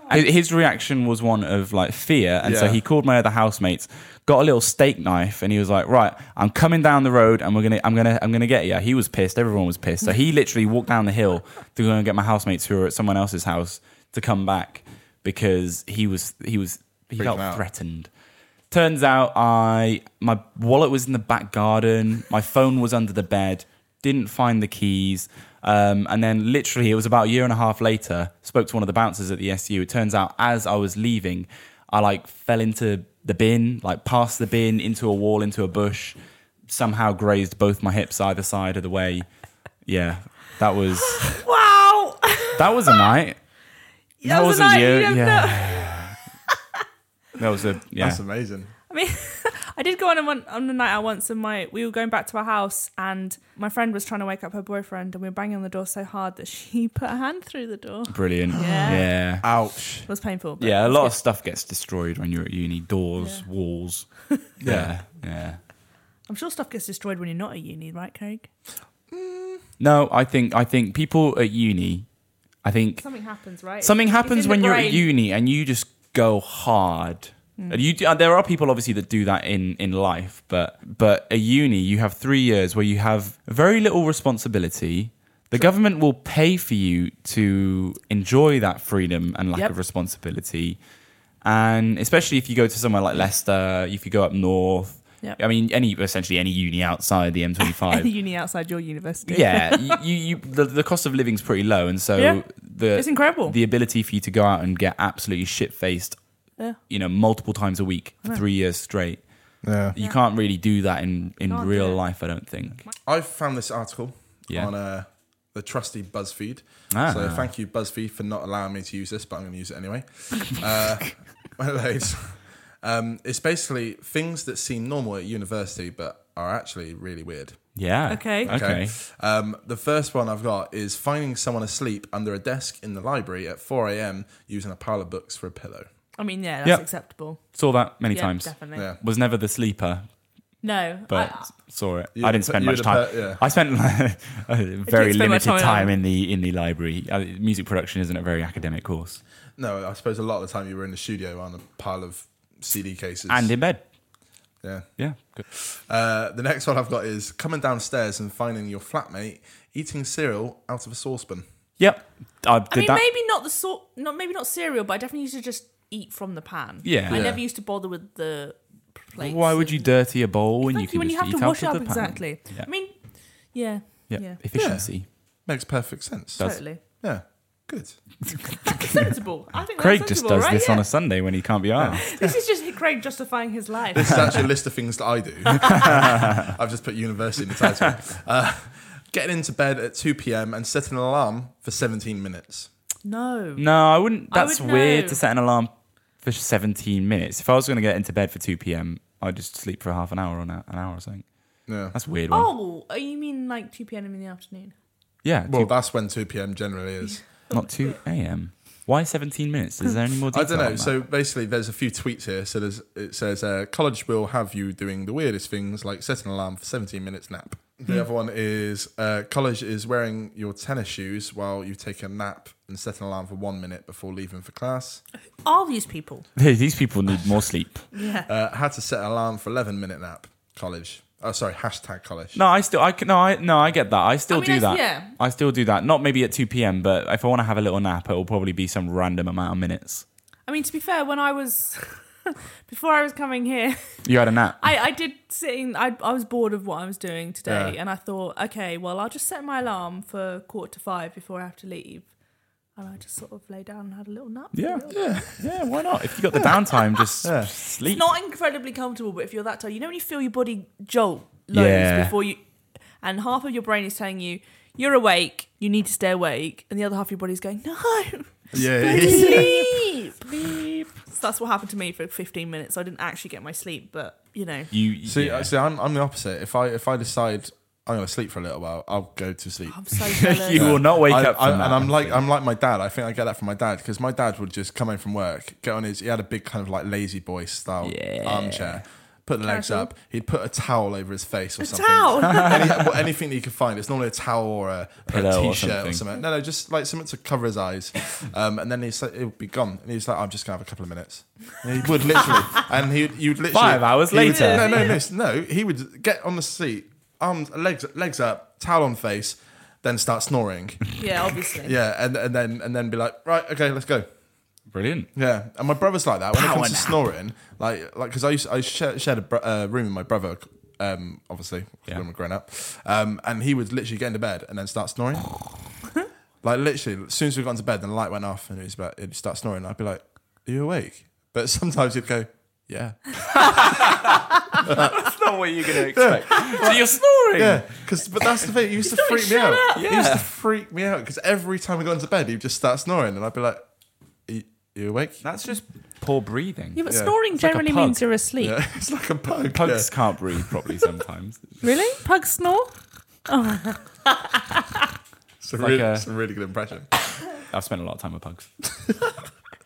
Speaker 2: and his reaction was one of like fear, and so
Speaker 1: Yeah.
Speaker 2: he called my other housemates, got a little steak knife, and he was like, "Right, I'm coming down the road, and we're gonna, I'm gonna, I'm gonna get you." He was pissed. Everyone was pissed. So he literally walked down the hill to go and get my housemates who were at someone else's house to come back because he was, he was, he felt
Speaker 1: out.
Speaker 2: threatened. Turns out I my wallet was in the back garden, my phone was under the bed, didn't find the keys. Um, and then literally it was about a year and a half later, spoke to one of the bouncers at the SU. It turns out as I was leaving, I like fell into the bin, like past the bin, into a wall, into a bush, somehow grazed both my hips either side of the way. Yeah. That was
Speaker 3: Wow.
Speaker 2: that was a night.
Speaker 3: That was a
Speaker 2: wasn't
Speaker 3: night
Speaker 2: you,
Speaker 3: you don't
Speaker 2: yeah. That was a yeah.
Speaker 1: That's amazing.
Speaker 3: I mean, I did go on a one, on a night out once, and my we were going back to our house, and my friend was trying to wake up her boyfriend, and we were banging on the door so hard that she put her hand through the door. It
Speaker 2: Brilliant. yeah.
Speaker 1: Ouch.
Speaker 3: was painful. but-
Speaker 2: Yeah, a lot of stuff gets destroyed when you're at uni. Doors, walls. Yeah. yeah,
Speaker 3: I'm sure stuff gets destroyed when you're not at uni, right, Craig?
Speaker 2: No, I think I think people at uni, I think
Speaker 3: Something happens, right?
Speaker 2: something
Speaker 3: It's
Speaker 2: happens
Speaker 3: in the
Speaker 2: when you're at
Speaker 3: brain. Hmm.
Speaker 2: uni and you just go hard. And you do, uh, there are people obviously that do that in in life, but but at uni you have three years where you have very little responsibility. The government will pay for you to enjoy that freedom and lack
Speaker 3: Yep.
Speaker 2: of responsibility, and especially if you go to somewhere like Leicester, if you go up north.
Speaker 3: Yep.
Speaker 2: I mean, any essentially any uni outside the M twenty
Speaker 3: Any
Speaker 2: five.
Speaker 3: uni outside your university.
Speaker 2: Yeah, you, you, you the, the cost of living's pretty low, and so
Speaker 3: Yeah.
Speaker 2: the
Speaker 3: It's incredible.
Speaker 2: the ability for you to go out and get absolutely shit faced,
Speaker 3: Yeah.
Speaker 2: you know, multiple times a week for three years straight.
Speaker 1: Yeah.
Speaker 2: You can't really do that in in
Speaker 3: Can't do
Speaker 2: real
Speaker 3: it.
Speaker 2: life, I don't think.
Speaker 1: I found this article
Speaker 2: Yeah.
Speaker 1: on uh, the trusty BuzzFeed.
Speaker 2: Ah.
Speaker 1: So thank you, BuzzFeed, for not allowing me to use this, but I'm going to use it anyway. uh, one of those. Um, it's basically things that seem normal at university, but are actually really weird.
Speaker 2: Yeah.
Speaker 3: Okay.
Speaker 2: Okay.
Speaker 1: Um, the first one I've got is finding someone asleep under a desk in the library at 4 a.m. using a pile of books for a pillow.
Speaker 3: I mean, yeah, that's
Speaker 2: Yep.
Speaker 3: acceptable.
Speaker 2: Saw that many
Speaker 3: Yeah,
Speaker 2: times.
Speaker 3: definitely.
Speaker 1: Yeah.
Speaker 2: Was never the sleeper,
Speaker 3: No,
Speaker 2: but
Speaker 3: I-
Speaker 2: saw it.
Speaker 1: You-
Speaker 2: I didn't spend
Speaker 1: you
Speaker 2: much
Speaker 1: would've
Speaker 2: time.
Speaker 1: heard- yeah.
Speaker 2: I spent a very
Speaker 3: spend much
Speaker 2: limited
Speaker 3: time
Speaker 2: time,
Speaker 3: in that.
Speaker 2: in the in the library. Uh, music production isn't a very academic course,
Speaker 1: No, I suppose a lot of the time you were in the studio on a pile of CD cases.
Speaker 2: and in bed.
Speaker 1: yeah.
Speaker 2: Yeah. Good.
Speaker 1: Uh, the next one I've got is coming downstairs and finding your flatmate eating cereal out of a saucepan.
Speaker 2: Yep. I
Speaker 3: I
Speaker 2: did
Speaker 3: mean,
Speaker 2: that.
Speaker 3: maybe not the sort, not maybe not cereal, but I definitely used to just eat from the pan.
Speaker 2: Yeah.
Speaker 3: I
Speaker 2: Yeah.
Speaker 3: never used to bother with the plates.
Speaker 2: Why would you dirty a bowl when you
Speaker 3: Thank
Speaker 2: can
Speaker 3: you. When
Speaker 2: just
Speaker 3: you have
Speaker 2: eat
Speaker 3: to
Speaker 2: out
Speaker 3: wash
Speaker 2: of
Speaker 3: up,
Speaker 2: the pan?
Speaker 3: exactly.
Speaker 2: Yeah.
Speaker 3: I mean, yeah,
Speaker 2: yeah.
Speaker 3: yeah,
Speaker 2: Efficiency.
Speaker 1: Makes perfect sense.
Speaker 3: totally.
Speaker 1: Yeah, good.
Speaker 3: sensible. I think
Speaker 2: Craig
Speaker 3: that's
Speaker 2: just
Speaker 3: sensible,
Speaker 2: does
Speaker 3: right?
Speaker 2: this
Speaker 3: yeah.
Speaker 2: on a Sunday when he can't be asked.
Speaker 3: This is just Craig justifying his life.
Speaker 1: This is actually a list of things that I do. I've just put university in the title. Uh, getting into bed at 2 p.m. and setting an alarm for 17 minutes.
Speaker 3: no.
Speaker 2: No, I wouldn't.
Speaker 3: I
Speaker 2: That's
Speaker 3: would
Speaker 2: weird
Speaker 3: know.
Speaker 2: to set an alarm for 17 minutes. If I was going to get into bed for 2 p.m., I'd just sleep for half an hour or an an hour or something.
Speaker 1: Yeah.
Speaker 2: That's a weird. One.
Speaker 3: Oh, oh, you mean like 2 p.m. in the afternoon?
Speaker 2: yeah.
Speaker 1: Well,
Speaker 2: two-
Speaker 1: that's when 2 p.m. generally is.
Speaker 2: not 2 a.m. Why 17 minutes? Is there any more
Speaker 1: I
Speaker 2: detail?
Speaker 1: don't
Speaker 2: on
Speaker 1: know.
Speaker 2: that?
Speaker 1: So basically, there's a few tweets here. So there's it says uh, college will have you doing the weirdest things, like set an alarm for 17 minutes nap.
Speaker 3: Hmm.
Speaker 1: The other one is uh, college is wearing your tennis shoes while you take a nap and set an alarm for one minute before leaving for class.
Speaker 3: All these people.
Speaker 2: these people need more sleep.
Speaker 1: Uh, how to set an alarm for 11 minute nap. College. Oh, sorry. Hashtag college.
Speaker 2: No, I still, I can, no, I no, I get that. I still
Speaker 3: I mean,
Speaker 2: do
Speaker 3: I-
Speaker 2: that.
Speaker 3: yeah.
Speaker 2: I still do that. Not maybe at two p.m., but if I want to have a little nap, it will probably be some random amount of minutes.
Speaker 3: I mean, to be fair, when I was before I was coming here,
Speaker 2: You had a nap.
Speaker 3: I, I did sitting. I I was bored of what I was doing today,
Speaker 1: Yeah.
Speaker 3: and I thought, okay, well, I'll just set my alarm for quarter to five before I have to leave, and I just sort of lay down and had a little nap.
Speaker 2: yeah, yeah, yeah. Why not? If you got the downtime, just sleep.
Speaker 3: It's not incredibly comfortable, but if you're that tired, you know when you feel your body jolt loads
Speaker 2: Yeah.
Speaker 3: before you, and half of your brain is telling you you're awake, you need to stay awake, and the other half of your body's going no.
Speaker 1: Yeah.
Speaker 3: Sleep, sleep. So that's what happened to me for 15 minutes. I didn't actually get my sleep, but you know,
Speaker 2: you
Speaker 1: See, uh,
Speaker 2: yeah.
Speaker 1: see, I'm, I'm the opposite. If I if I decide I'm gonna sleep for a little while, I'll go to sleep.
Speaker 3: I'm so jealous.
Speaker 2: You will not wake
Speaker 1: I-
Speaker 2: up from
Speaker 1: I-
Speaker 2: that.
Speaker 1: And I'm like, I'm like my dad. I think I get that from my dad because my dad would just come in from work, get on his. He had a big kind of like lazy boy style armchair. Put the legs up. He'd put a towel over his face or something.
Speaker 3: towel?
Speaker 1: Any, well, anything that you could find. It's normally a towel or a, or a
Speaker 2: Pillow or
Speaker 1: t-shirt or something.
Speaker 2: something.
Speaker 1: No, no, just like something to cover his eyes. Um, and then he's like, it'd be gone. And he's like, I'm just gonna have a couple of minutes. And he would literally, and he you'd literally
Speaker 2: Five hours
Speaker 1: he would-
Speaker 2: later.
Speaker 1: no, no, no, no. He would get on the seat, arms, legs, legs up, towel on face, then start snoring.
Speaker 3: yeah, obviously.
Speaker 1: Yeah, and and then and then be like, right, okay, let's go.
Speaker 2: brilliant.
Speaker 1: Yeah, and my brother's like that when it
Speaker 2: Power
Speaker 1: comes to
Speaker 2: nap.
Speaker 1: snoring. Like, like because I used I share, shared a br- uh, room with my brother, um, obviously when we were growing up, um, and he would literally get into bed and then start snoring. like literally, as soon as we got into bed, then the light went off and it was about it'd start snoring. I'd be like, "Are you awake?" But sometimes he'd go, "Yeah."
Speaker 2: That's not what you're gonna expect. so you're snoring.
Speaker 1: Yeah, because but that's the thing. It used to freak me out. It used to freak me out because every time we got into bed, he'd just start snoring, and I'd be like, "Are you- are you awake?"
Speaker 2: That's just poor breathing.
Speaker 3: Yeah, but snoring
Speaker 2: like a
Speaker 3: generally
Speaker 2: pug.
Speaker 3: means you're asleep.
Speaker 1: Yeah, it's like a pug. yeah.
Speaker 2: Pugs can't breathe properly sometimes.
Speaker 3: Really? Pugs snore?
Speaker 1: It's a,
Speaker 2: like
Speaker 1: really,
Speaker 2: a-
Speaker 1: it's a really good impression.
Speaker 2: I've spent a lot of time with pugs,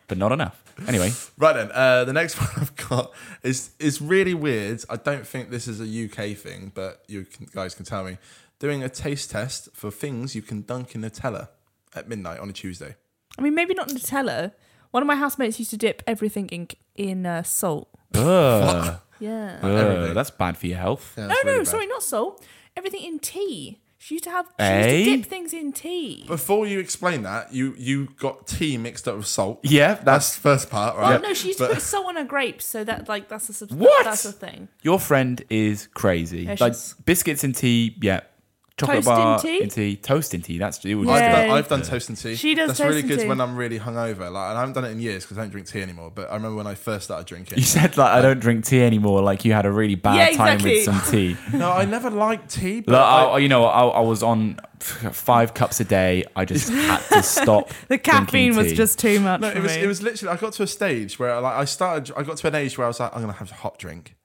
Speaker 2: but not enough. Anyway,
Speaker 1: Right then, uh, the next one I've got is is really weird. I don't think this is a UK thing, but you can, guys can tell me. Doing a taste test for things you can dunk in Nutella at midnight on a Tuesday.
Speaker 3: I mean, maybe not Nutella. One of my housemates used to dip everything in in uh, salt.
Speaker 2: Ugh.
Speaker 3: Yeah.
Speaker 2: Ugh, uh, that's bad for your health.
Speaker 3: no, no, sorry, not salt. Everything in tea. She used to have. She
Speaker 2: Eh?
Speaker 3: used to dip things in tea.
Speaker 1: Before you explain that, you you got tea mixed up with salt.
Speaker 2: Yeah,
Speaker 1: that's the first part,
Speaker 3: Oh
Speaker 1: right?
Speaker 3: no, she used to
Speaker 1: But-
Speaker 3: put salt on her grapes, so that like that's a substance.
Speaker 2: What?
Speaker 3: That's a thing.
Speaker 2: Your friend is crazy.
Speaker 3: Yeah,
Speaker 2: like
Speaker 3: she's-
Speaker 2: biscuits and tea, yeah. Chocolate
Speaker 3: Toast in
Speaker 2: bar
Speaker 3: tea?
Speaker 2: toast in tea. That's it would
Speaker 3: Yeah.
Speaker 2: just
Speaker 1: I've
Speaker 2: be-
Speaker 1: done, I've done toast and tea.
Speaker 3: She does
Speaker 1: That's
Speaker 3: toast
Speaker 1: really
Speaker 3: and
Speaker 1: good
Speaker 3: tea.
Speaker 1: when I'm really hungover. Like, and I haven't done it in years because I don't drink tea anymore. But I remember when I first started drinking.
Speaker 2: You said like I don't drink tea anymore. Like you had a really bad
Speaker 3: Yeah,
Speaker 2: time
Speaker 3: exactly.
Speaker 2: with some tea.
Speaker 1: no, I never liked tea. But
Speaker 2: Like,
Speaker 1: I-
Speaker 2: I, you know, I, I was on five cups a day. I just had to stop. drinking tea.
Speaker 3: too much.
Speaker 1: No, it was it was literally. I got to a stage where like I started. I got to an age where I was like, I'm gonna have a hot drink,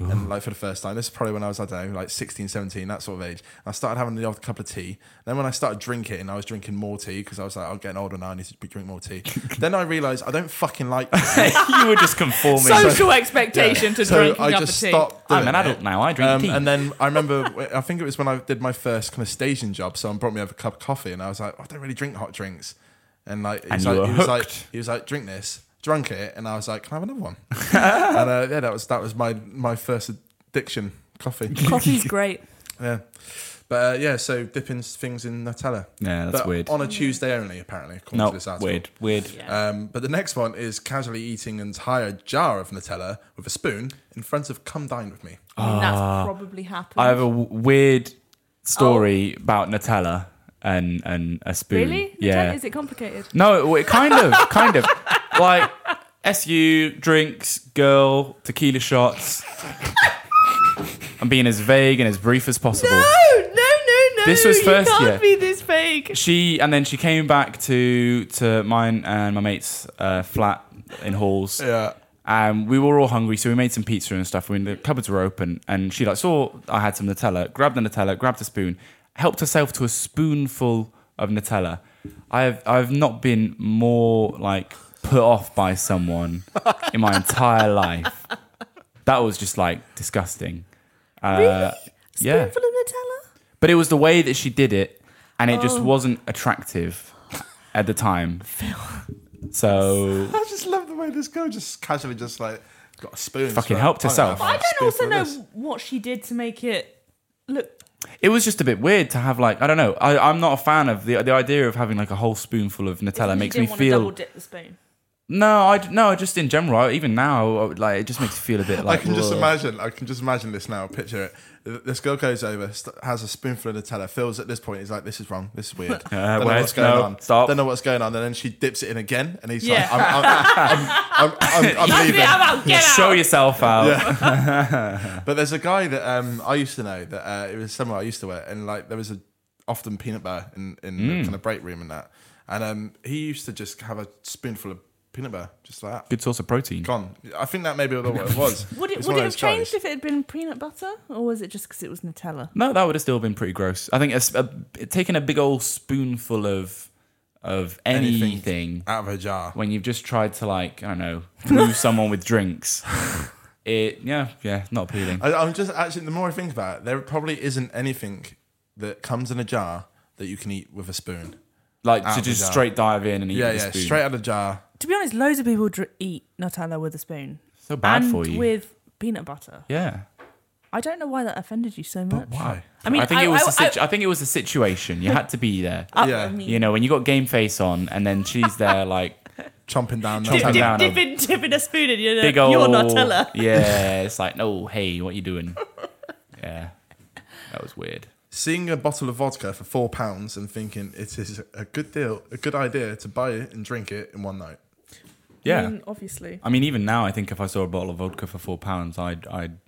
Speaker 1: and like for the first time. This is probably when I was I don't know, like 16, 17, that sort of age. And I started having the odd cup of tea. Then when I started drinking, I was drinking more tea because I was like, I'm getting older now. I need to be drink more tea. then I realized I don't fucking like. Tea.
Speaker 2: you were just conforming.
Speaker 3: social expectation to
Speaker 1: so
Speaker 3: drinking
Speaker 1: I
Speaker 3: up
Speaker 1: just
Speaker 3: a tea.
Speaker 1: stopped.
Speaker 2: I'm
Speaker 1: doing
Speaker 2: an adult
Speaker 1: it. Um,
Speaker 2: now, I drink tea.
Speaker 1: And then I remember, I think it was when I did my first kind of staging job. Someone brought me over a cup of coffee, and I was like, "Oh, I don't really drink hot drinks. And like, he was,
Speaker 2: you
Speaker 1: like,
Speaker 2: were
Speaker 1: he was like,
Speaker 2: hooked.
Speaker 1: he was like, drink this. Drunk it, and I was like, "Can I have another one?" and uh, yeah, that was that was my my first addiction, coffee.
Speaker 3: Coffee's great.
Speaker 1: yeah, but uh, yeah, so dipping things in Nutella.
Speaker 2: Yeah, that's
Speaker 1: But
Speaker 2: weird.
Speaker 1: On a Tuesday only, apparently, according to
Speaker 2: no,
Speaker 1: this article.
Speaker 2: weird, weird.
Speaker 1: Um, but the next one is casually eating an entire jar of Nutella with a spoon in front of "Come dine with me."
Speaker 3: I mean, that's probably happened.
Speaker 2: I have a w- weird story about Nutella and and a spoon.
Speaker 3: Oh. really?
Speaker 2: Yeah.
Speaker 3: Is it complicated?
Speaker 2: No, it, it kind of, kind of, like SU drinks, girl, tequila shots. I'm being as vague and as brief as possible.
Speaker 3: no, no.
Speaker 2: This was first year.
Speaker 3: this vague.
Speaker 2: She and then she came back to to mine and my mate's uh, flat in Halls.
Speaker 1: Yeah.
Speaker 2: And we were all hungry, so we made some pizza and stuff. When the cupboards were open, and she like saw I had some Nutella, grabbed the Nutella, grabbed a spoon, helped herself to a spoonful of Nutella, I have I've not been more like put off by someone in my entire life. That was just like disgusting. Uh, Yeah,
Speaker 3: Spoonful of Nutella?
Speaker 2: but it was the way that she did it, and it just wasn't attractive at the time. So
Speaker 1: I just love the way this girl just casually just like got a spoon. It's
Speaker 2: Fucking
Speaker 1: like,
Speaker 2: helped
Speaker 1: "Oh,
Speaker 2: herself."
Speaker 1: yeah,
Speaker 3: I don't
Speaker 1: spoonful
Speaker 3: also
Speaker 1: of
Speaker 3: know
Speaker 1: this."
Speaker 3: what she did to make it look.
Speaker 2: it was just a bit weird to have like I don't know. I, I'm not a fan of the the idea of having like a whole spoonful of Nutella makes me feel
Speaker 3: dip the spoon.
Speaker 2: no. I d- no just in general. I, even now, I would, like it just makes me feel a bit
Speaker 1: I
Speaker 2: like
Speaker 1: can just
Speaker 2: ugh.
Speaker 1: imagine. I can just imagine this now. Picture it. This girl goes over, st- has a spoonful of Nutella. Feels at this point, he's like, "This is wrong. This is weird. Don't know
Speaker 2: wait,
Speaker 1: what's going
Speaker 2: no,
Speaker 1: on.
Speaker 2: stop.
Speaker 1: Don't know what's going on." And then she dips it in again, and he's
Speaker 3: Yeah.
Speaker 1: like, "I'm, I'm, I'm, I'm, I'm, I'm leaving."
Speaker 3: out, get
Speaker 2: Show yourself out.
Speaker 1: But there's a guy that um, I used to know that uh, it was somewhere I used to work, and like there was a often peanut butter in in the kind of break room and that, and um, he used to just have a spoonful of peanut butter just like that.
Speaker 2: Good source of protein.
Speaker 1: Gone. I think that maybe what it was.
Speaker 3: Would it,
Speaker 1: It's
Speaker 3: would
Speaker 1: one
Speaker 3: it
Speaker 1: of
Speaker 3: have
Speaker 1: those guys.
Speaker 3: changed if it had been peanut butter, or was it just because it was Nutella?
Speaker 2: No, that would have still been pretty gross. I think a, s- a- taking a big old spoonful of of anything,
Speaker 1: out of a jar?
Speaker 2: when you've just tried to like I don't know woo someone with drinks, it yeah yeah not appealing.
Speaker 1: I, I'm just actually the more I think about it, there probably isn't anything that comes in a jar that you can eat with a spoon.
Speaker 2: Like
Speaker 1: out
Speaker 2: to
Speaker 1: of the
Speaker 2: just
Speaker 1: jar.
Speaker 2: straight dive in and eat
Speaker 1: Yeah,
Speaker 2: with a
Speaker 1: yeah,
Speaker 2: spoon.
Speaker 1: straight out of the jar.
Speaker 3: To be honest, loads of people dr- eat Nutella with a spoon.
Speaker 2: So bad
Speaker 3: and
Speaker 2: for you.
Speaker 3: with peanut butter.
Speaker 2: yeah.
Speaker 3: I don't know why that offended you so much.
Speaker 1: why?
Speaker 3: I mean,
Speaker 2: I think it was
Speaker 3: I, Um,
Speaker 2: a situ- I, think it was a situation. You had to be there.
Speaker 3: I-
Speaker 1: Yeah.
Speaker 3: I mean,
Speaker 2: You know when you got game face on and then she's there like
Speaker 1: Chomping down.
Speaker 3: dip,
Speaker 1: Nutella.
Speaker 3: dip,
Speaker 2: down a
Speaker 3: dip in- dip in a spoon and you're,
Speaker 2: big old
Speaker 3: you're Nutella.
Speaker 2: Yeah, it's like no hey what you doing? Yeah, that was weird.
Speaker 1: Seeing a bottle of vodka for four pounds and thinking it is a good deal, a good idea to buy it and drink it in one night.
Speaker 2: Yeah.
Speaker 3: I mean, obviously.
Speaker 2: I mean, even now, I think if I saw a bottle of vodka for four pounds, I'd I'd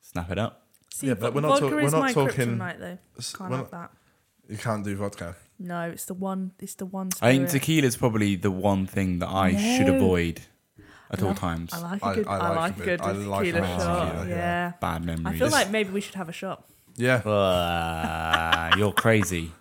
Speaker 2: snap it up.
Speaker 3: See,
Speaker 1: Yeah,
Speaker 3: but
Speaker 1: but we're not
Speaker 3: vodka
Speaker 1: talk-
Speaker 3: is
Speaker 1: we're not
Speaker 3: my
Speaker 1: talking-
Speaker 3: kryptonite, though. Can't
Speaker 1: we're not-
Speaker 3: have that.
Speaker 1: You can't do vodka.
Speaker 3: No, it's the one. It's the one.
Speaker 2: I think
Speaker 3: spirit.
Speaker 2: tequila is probably the one thing that I should
Speaker 3: No.
Speaker 2: avoid at all
Speaker 3: love-
Speaker 2: times.
Speaker 3: I like
Speaker 1: I-
Speaker 3: a good.
Speaker 1: I
Speaker 3: I,
Speaker 1: like
Speaker 3: like
Speaker 1: a
Speaker 3: a
Speaker 1: bit-
Speaker 3: good
Speaker 1: I like
Speaker 3: tequila
Speaker 1: a bit of
Speaker 3: shot.
Speaker 1: tequila,
Speaker 3: yeah.
Speaker 1: yeah.
Speaker 2: Bad
Speaker 3: I
Speaker 2: memories.
Speaker 3: feel like maybe we should have a shot.
Speaker 1: Yeah,
Speaker 2: Ah, you're crazy.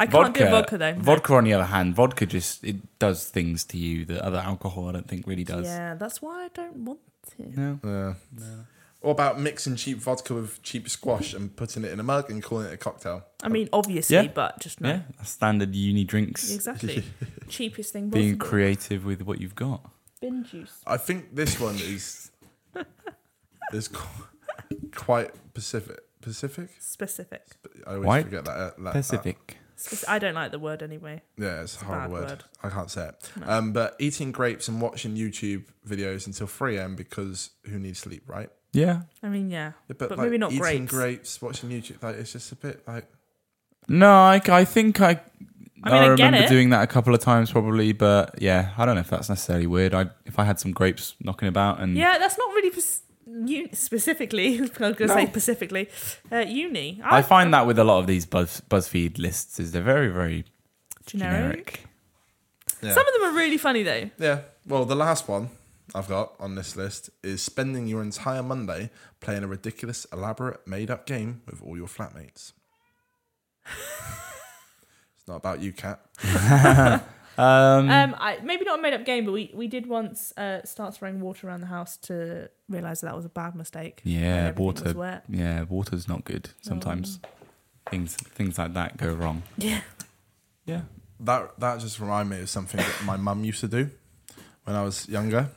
Speaker 3: I can't do vodka though.
Speaker 2: Vodka, on the other hand, vodka just it does things to you that other alcohol I don't think really does.
Speaker 3: Yeah, that's why I don't want to.
Speaker 1: yeah. Or about mixing cheap vodka with cheap squash and putting it in a mug and calling it a cocktail.
Speaker 3: I mean, obviously,
Speaker 2: Yeah.
Speaker 3: but just no.
Speaker 2: Yeah, standard uni drinks.
Speaker 3: Exactly. Cheapest thing.
Speaker 2: Being
Speaker 3: possible.
Speaker 2: creative with what you've got.
Speaker 3: Bin juice.
Speaker 1: I think this one is is qu- quite Pacific. Pacific.
Speaker 3: Specific.
Speaker 1: I always
Speaker 2: Why
Speaker 1: forget that. uh, that- that-
Speaker 2: Pacific.
Speaker 3: Spec- I don't like the word anyway.
Speaker 1: Yeah, it's, a horrible
Speaker 3: bad
Speaker 1: word.
Speaker 3: word.
Speaker 1: I can't say it. Um, but eating grapes and watching YouTube videos until 3 a.m. because who needs sleep, right?
Speaker 2: yeah.
Speaker 3: I mean, yeah,
Speaker 1: Yeah,
Speaker 3: but,
Speaker 1: like,
Speaker 3: maybe not
Speaker 1: eating
Speaker 3: grapes.
Speaker 1: watching YouTube, like it's just a bit like
Speaker 2: No, I, I think I.
Speaker 3: I
Speaker 2: I,
Speaker 3: mean, I get
Speaker 2: remember
Speaker 3: it.
Speaker 2: doing that a couple of times, probably, but yeah, I don't know if that's necessarily weird. I if I had some grapes knocking about and
Speaker 3: Yeah, that's not really pers- u- specifically. I was going to say specifically. Uh, uni.
Speaker 2: I find that with a lot of these Buzz, BuzzFeed lists is they're very very
Speaker 3: generic.
Speaker 2: generic.
Speaker 1: yeah.
Speaker 3: Some of them are really funny though.
Speaker 1: yeah. Well, the last one I've got on this list is spending your entire Monday playing a ridiculous, elaborate, made-up game with all your flatmates. it's not about you, Kat.
Speaker 3: Um, I, maybe not a made up game, but we, we did once uh, start throwing water around the house to realise that, was a bad mistake.
Speaker 2: Yeah,
Speaker 3: Everything was
Speaker 2: water.
Speaker 3: wet.
Speaker 2: Yeah, water's not good sometimes. Things things like that go wrong.
Speaker 3: Yeah.
Speaker 2: Yeah.
Speaker 1: That that just reminded me of something that my mum used to do when I was younger.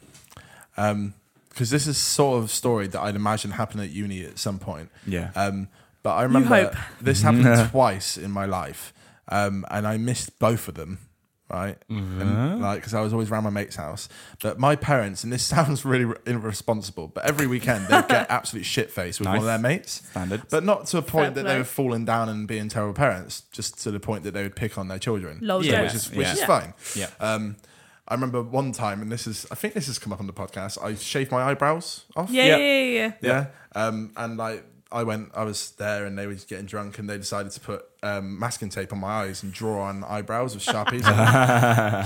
Speaker 1: Um, because this is sort of story that I'd imagine happened at uni at some point.
Speaker 2: Yeah.
Speaker 1: Um, but I remember
Speaker 3: hope.
Speaker 1: this happened twice in my life, um, and I missed both of them. Right,
Speaker 2: Mm-hmm.
Speaker 1: and, like because I was always around my mate's house. But my parents, and this sounds really re- irresponsible, but every weekend they'd get absolute shit faced with one of
Speaker 2: Nice.
Speaker 1: their mates.
Speaker 2: Standard.
Speaker 1: but not to a point
Speaker 3: Fair
Speaker 1: that they
Speaker 3: play.
Speaker 1: were falling down and being terrible parents. Just to the point that they would pick on their children,
Speaker 3: Lol,
Speaker 1: So
Speaker 3: yeah.
Speaker 1: which is which
Speaker 2: Yeah.
Speaker 1: is
Speaker 2: Yeah.
Speaker 1: fine.
Speaker 2: Yeah.
Speaker 1: Um, I remember one time, and this is I think this has come up on the podcast. I shaved my eyebrows off.
Speaker 3: Yeah, yeah,
Speaker 2: Yeah.
Speaker 3: yeah, yeah.
Speaker 1: Yeah. Um, and like I went, I was there, and they were just getting drunk, and they decided to put um, masking tape on my eyes and draw on eyebrows with sharpies.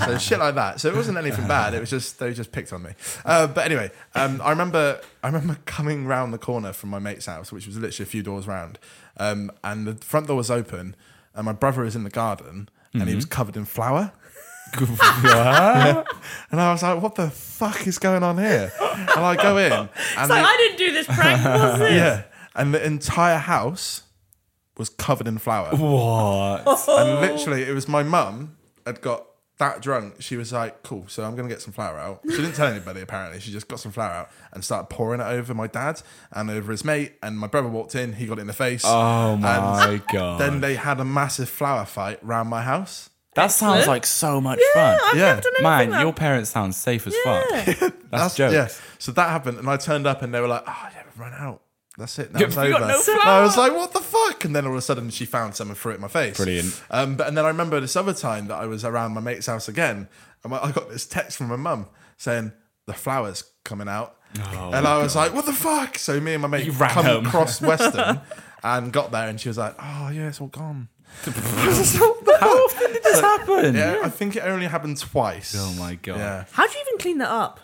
Speaker 1: so shit like that. So it wasn't anything bad. It was just they just picked on me. Uh, but anyway, um, I remember I remember coming round the corner from my mate's house, which was literally a few doors round, um, and the front door was open, and my brother was in the garden. and he was
Speaker 3: Mm-hmm.
Speaker 1: covered in flour.
Speaker 2: Yeah.
Speaker 1: And I was like, what the fuck is going on here? And I go in. And
Speaker 3: It's like,
Speaker 1: the-
Speaker 3: I didn't do this prank, was it?
Speaker 1: yeah. And the entire house was covered in flour.
Speaker 2: what?
Speaker 1: And literally, it was my mum had got that drunk. She was like, "Cool, so I'm gonna get some flour out." She didn't tell anybody. Apparently, she just got some flour out and started pouring it over my dad and over his mate. And my brother walked in. He got it in the face.
Speaker 2: Oh my
Speaker 1: And
Speaker 2: god.
Speaker 1: Then they had a massive flour fight round my house.
Speaker 2: that sounds like so much
Speaker 3: Yeah,
Speaker 2: fun.
Speaker 3: I've
Speaker 1: Yeah.
Speaker 3: never done anything
Speaker 2: Man,
Speaker 3: like
Speaker 2: your parents sound safe as fuck. That's,
Speaker 1: That's-
Speaker 2: jokes.
Speaker 1: Yeah. So that happened, and I turned up, and they were like, "Oh, yeah, we've run out. That's it. Now it's
Speaker 2: we
Speaker 1: over."
Speaker 2: got
Speaker 3: no
Speaker 1: And I was
Speaker 3: flour.
Speaker 1: like, "What the fuck?" And then all of a sudden, she found some and threw it in my face.
Speaker 2: Brilliant.
Speaker 1: Um, but and then I remember this other time that I was around my mate's house again, and I I got this text from my mum saying the flowers coming out, and I was like, "What the fuck?" So me and my mate
Speaker 2: Oh You ran
Speaker 1: come
Speaker 2: home.
Speaker 1: across Western and got there, and she was like, "Oh yeah, it's all gone." I was just like, "What the
Speaker 2: How
Speaker 1: fuck?"
Speaker 2: often did this happen?
Speaker 1: Yeah, I think it only happened twice.
Speaker 2: Oh my god.
Speaker 1: Yeah.
Speaker 3: How do you even clean that up?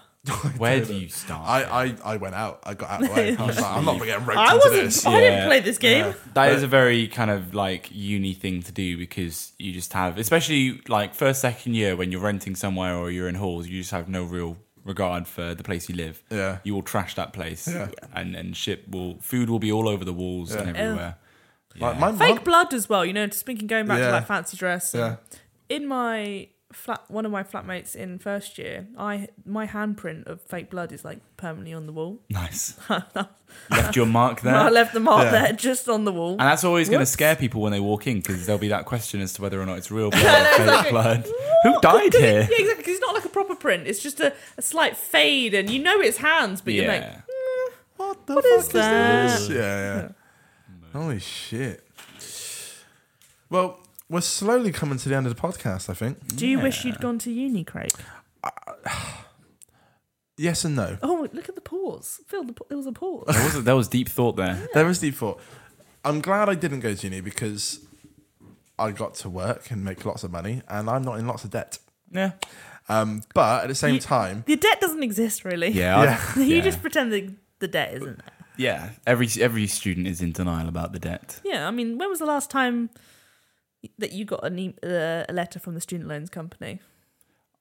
Speaker 2: Where do you start?
Speaker 1: I, I, I went out. I got out of the way. I was like, I'm not getting roped
Speaker 3: I
Speaker 1: into
Speaker 3: wasn't.
Speaker 1: this.
Speaker 3: I
Speaker 2: Yeah.
Speaker 3: didn't play this game.
Speaker 2: That is a very kind of like uni thing to do because you just have, especially like first, second year when you're renting somewhere or you're in halls, you just have no real regard for the place you live.
Speaker 1: Yeah.
Speaker 2: You will trash that place.
Speaker 1: Yeah.
Speaker 2: And then shit will, food will be all over the walls and everywhere.
Speaker 1: Like, my
Speaker 3: Fake
Speaker 1: mum-
Speaker 3: blood as well. You know, just thinking going back
Speaker 1: Yeah.
Speaker 3: to like fancy dress.
Speaker 1: Yeah.
Speaker 3: In my flat, one of my flatmates in first year, I my handprint of fake blood is like permanently on the wall.
Speaker 2: Nice. Left your mark there.
Speaker 3: I left the mark
Speaker 1: Yeah.
Speaker 3: there just on the wall.
Speaker 2: and that's always going to
Speaker 3: Whoops.
Speaker 2: scare people when they walk in because there'll be that question as to whether or not it's real blood or fake blood. Who
Speaker 3: What?
Speaker 2: died
Speaker 3: 'Cause it-
Speaker 2: here?
Speaker 3: Yeah, exactly. 'cause it's not like a proper print. It's just a, a slight fade, and you know it's hands, but you're like,
Speaker 2: Yeah.
Speaker 3: "Mm,
Speaker 1: What the
Speaker 3: What
Speaker 1: fuck
Speaker 3: is
Speaker 1: is
Speaker 3: that?
Speaker 1: this? Yeah, yeah. Holy shit. Well, we're slowly coming to the end of the podcast, I think.
Speaker 3: "Do you wish you'd gone to uni, Craig?"
Speaker 1: Yes and no.
Speaker 3: Oh, look at the pause. Phil, the, pa- there was a pause.
Speaker 2: There was, there was deep thought there.
Speaker 1: There is deep thought. I'm glad I didn't go to uni because I got to work and make lots of money and I'm not in lots of debt.
Speaker 2: Yeah.
Speaker 1: Um, but at the same
Speaker 3: You-
Speaker 1: time,
Speaker 3: The debt doesn't exist, really.
Speaker 2: Yeah. I've-
Speaker 1: Yeah.
Speaker 3: you
Speaker 2: yeah.
Speaker 3: just pretend the, the debt isn't there.
Speaker 2: Yeah, every every student is in denial about the debt.
Speaker 3: Yeah, I mean, when was the last time that you got an e- uh, a letter from the student loans company?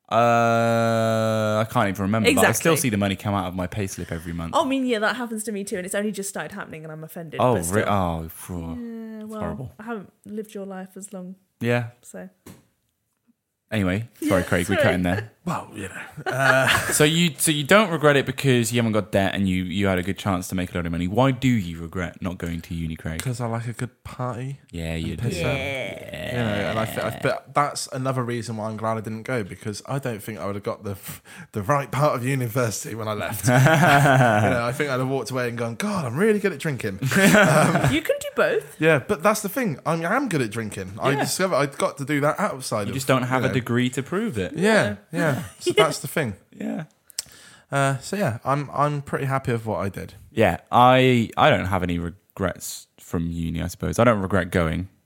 Speaker 2: Uh, I can't even remember. But I still
Speaker 3: Exactly.
Speaker 2: see the money come out of my payslip every month.
Speaker 3: Oh, I mean, yeah, that happens to me too, and it's only just started happening, and I'm offended.
Speaker 2: oh,
Speaker 3: but
Speaker 2: re-
Speaker 3: still.
Speaker 2: oh, for-
Speaker 3: Yeah, well,
Speaker 2: horrible.
Speaker 3: I haven't lived your life as long,
Speaker 2: yeah.
Speaker 3: so
Speaker 2: Anyway, sorry, Craig, we cut in there.
Speaker 1: well, you know,
Speaker 2: So you so you don't regret it because you haven't got debt and you you had a good chance to make a lot of money. Why do you regret not going to uni, Craig?
Speaker 1: because I like a good party.
Speaker 2: Yeah, you do.
Speaker 1: piss out. You know, and I, th- I but that's another reason why I'm glad I didn't go because I don't think I would have got the the right part of university when I left. you know, I think I'd have walked away and gone, God, I'm really good at drinking.
Speaker 3: you can do both.
Speaker 1: yeah, but that's the thing. I'm, I am good at drinking. I
Speaker 2: Yeah.
Speaker 1: discovered I got to do that outside.
Speaker 2: You
Speaker 1: of,
Speaker 2: just don't have
Speaker 1: you
Speaker 2: a
Speaker 1: know.
Speaker 2: degree to prove it.
Speaker 1: Yeah, yeah. So that's the thing.
Speaker 2: Yeah.
Speaker 1: Uh, so yeah, I'm I'm pretty happy with what I did.
Speaker 2: Yeah, I I don't have any regrets from uni. I suppose I don't regret going.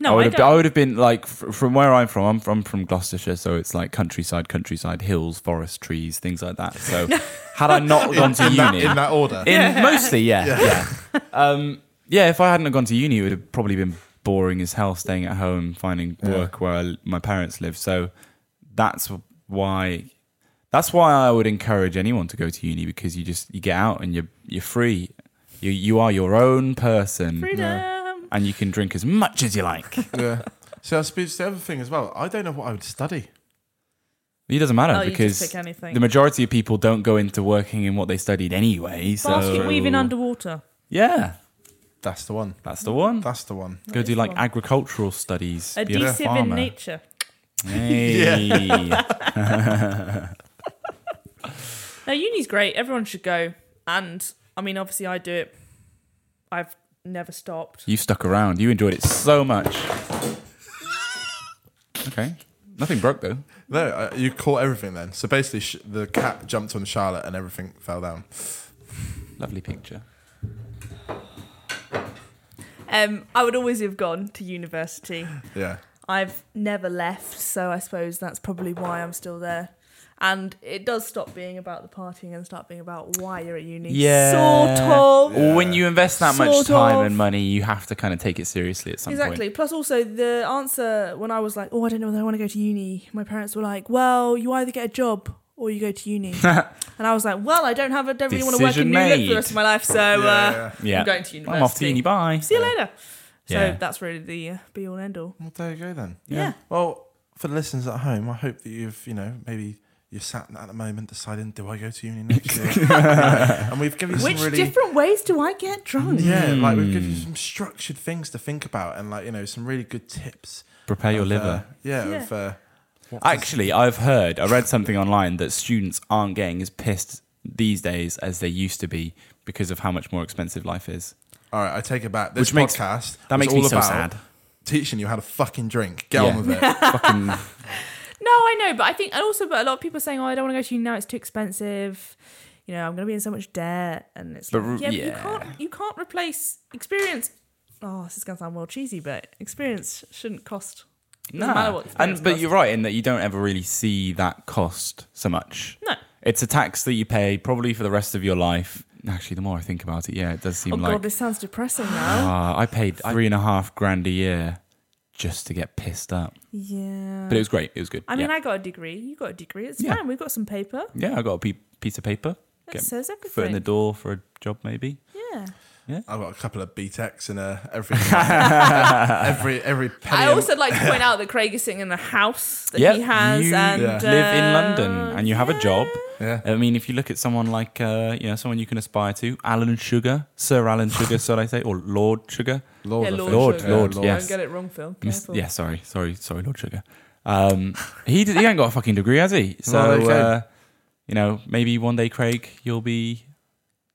Speaker 3: No,
Speaker 2: I would
Speaker 3: I
Speaker 2: have.
Speaker 3: don't.
Speaker 2: I would have been like fr- from where I'm from. I'm from, from Gloucestershire, so it's like countryside, countryside, hills, forest, trees, things like that. So had I not gone to
Speaker 1: in, that,
Speaker 2: uni,
Speaker 1: in that order.
Speaker 2: in mostly, yeah, yeah. Um, yeah, if I hadn't have gone to uni, it would have probably been boring as hell, staying at home, finding work where I, my parents live. So that's why. That's why I would encourage anyone to go to uni because you just you get out and you're you're free. You you are your own person,
Speaker 3: Freedom.
Speaker 2: and you can drink as much as you like.
Speaker 1: yeah. So I suppose the other thing as well. I don't know what I would study.
Speaker 2: It doesn't matter
Speaker 3: Oh, you just
Speaker 2: because
Speaker 3: pick anything.
Speaker 2: the majority of people don't go into working in what they studied anyway. So
Speaker 3: Basket weaving underwater.
Speaker 2: Yeah,
Speaker 1: That's the one.
Speaker 2: that's the one.
Speaker 1: That's the one.
Speaker 2: go do like agricultural studies. be
Speaker 3: Adhesive in
Speaker 2: farmer.
Speaker 3: nature.
Speaker 2: Hey.
Speaker 3: No, uni's great. Everyone should go. And I mean, obviously, I do it. I've never stopped.
Speaker 2: you stuck around. You enjoyed it so much. Okay, nothing broke though.
Speaker 1: No, uh, you caught everything then. So basically, sh- the cat jumped on Charlotte and everything fell down.
Speaker 2: Lovely picture.
Speaker 3: Um, I would always have gone to university.
Speaker 1: Yeah.
Speaker 3: I've never left, so I suppose that's probably why I'm still there. And it does stop being about the partying and start being about why you're at uni.
Speaker 2: Yeah.
Speaker 3: Sort of.
Speaker 2: Or when you invest that much
Speaker 3: Sort
Speaker 2: time
Speaker 3: of.
Speaker 2: and money, you have to kind of take it seriously at some
Speaker 3: Exactly.
Speaker 2: point.
Speaker 3: Plus, also the answer when I was like, "Oh, I don't know whether I want to go to uni," my parents were like, "Well, you either get a job or you go to uni." and I was like, "Well, I don't have, I don't really want to work in
Speaker 2: Decision
Speaker 3: uni for
Speaker 2: made.
Speaker 3: the rest of my life, so
Speaker 1: Yeah.
Speaker 3: uh,
Speaker 2: Yeah.
Speaker 3: I'm going to university.
Speaker 2: I'm off to uni. Bye.
Speaker 3: See you later." So
Speaker 2: Yeah.
Speaker 3: that's really the uh, be all and end all.
Speaker 1: Well, there you go then.
Speaker 3: Yeah.
Speaker 1: Well, for the listeners at home, I hope that you've, you know, maybe you're sat at the moment deciding, do I go to uni next year? You know, and we've given you some
Speaker 3: Which
Speaker 1: really.
Speaker 3: different ways do I get drunk?
Speaker 1: yeah, like we've
Speaker 2: Hmm.
Speaker 1: given you some structured things to think about and, like, you know, some really good tips.
Speaker 2: Prepare your
Speaker 1: of, uh,
Speaker 2: liver.
Speaker 1: yeah,
Speaker 3: Yeah.
Speaker 1: Of, uh,
Speaker 2: Actually, I've heard, I read something online that students aren't getting as pissed these days as they used to be because of how much more expensive life is.
Speaker 1: all right, I take it back. This
Speaker 2: Which makes-
Speaker 1: podcast
Speaker 2: that
Speaker 1: was
Speaker 2: makes me
Speaker 1: all
Speaker 2: so
Speaker 1: about
Speaker 2: sad.
Speaker 1: Teaching you how to fucking drink. Get on
Speaker 2: Yeah.
Speaker 1: with it.
Speaker 2: Fucking
Speaker 3: No, I know, but I think, and also, but a lot of people are saying, "Oh, I don't want to go to uni now; it's too expensive." You know, I'm going to be in so much debt, and it's
Speaker 2: But
Speaker 3: like,
Speaker 2: re-
Speaker 3: yeah,
Speaker 2: yeah.
Speaker 3: But you can't you can't replace experience. Oh, this is going to sound well cheesy, but experience shouldn't cost. No
Speaker 2: Nah.
Speaker 3: matter what. experience
Speaker 2: And, but
Speaker 3: costs.
Speaker 2: you're right in that you don't ever really see that cost so much.
Speaker 3: No.
Speaker 2: It's a tax that you pay probably for the rest of your life. Actually, the more I think about it, yeah, it does seem
Speaker 3: Oh
Speaker 2: like
Speaker 3: god, this sounds depressing now.
Speaker 2: Ah, I paid three and a half grand a year just to get pissed up.
Speaker 3: yeah.
Speaker 2: But it was great. It was good.
Speaker 3: I mean,
Speaker 2: yeah.
Speaker 3: I got a degree. You got a degree. It's
Speaker 2: Yeah.
Speaker 3: fine. We've got some paper.
Speaker 2: yeah, I got a pe- piece of paper.
Speaker 3: That says
Speaker 2: Foot in the
Speaker 3: everything.
Speaker 2: door for a job, maybe.
Speaker 3: Yeah.
Speaker 1: I've got a couple of BTECs and uh, everything. every every penny.
Speaker 3: I
Speaker 1: I'm-
Speaker 3: also like to point out that Craig is sitting in a house that
Speaker 2: Yeah,
Speaker 3: he has,
Speaker 2: you
Speaker 3: and
Speaker 2: live in London
Speaker 3: uh,
Speaker 2: and you have a job.
Speaker 1: Yeah.
Speaker 2: I mean, if you look at someone like uh, you know someone you can aspire to, Alan Sugar, Sir Alan Sugar, so I say, or Lord Sugar.
Speaker 1: Lord,
Speaker 3: Yeah,
Speaker 1: I
Speaker 3: Lord,
Speaker 1: think.
Speaker 2: Lord,
Speaker 3: Sugar.
Speaker 2: Lord,
Speaker 3: Don't
Speaker 2: yes.
Speaker 3: get it wrong, Phil.
Speaker 2: Miss,
Speaker 3: Careful.
Speaker 2: yeah, sorry, sorry, sorry, Lord Sugar. Um, he d- he ain't got a fucking degree, has he? So
Speaker 1: Well, there you go.
Speaker 2: uh, you know, maybe one day, Craig, you'll be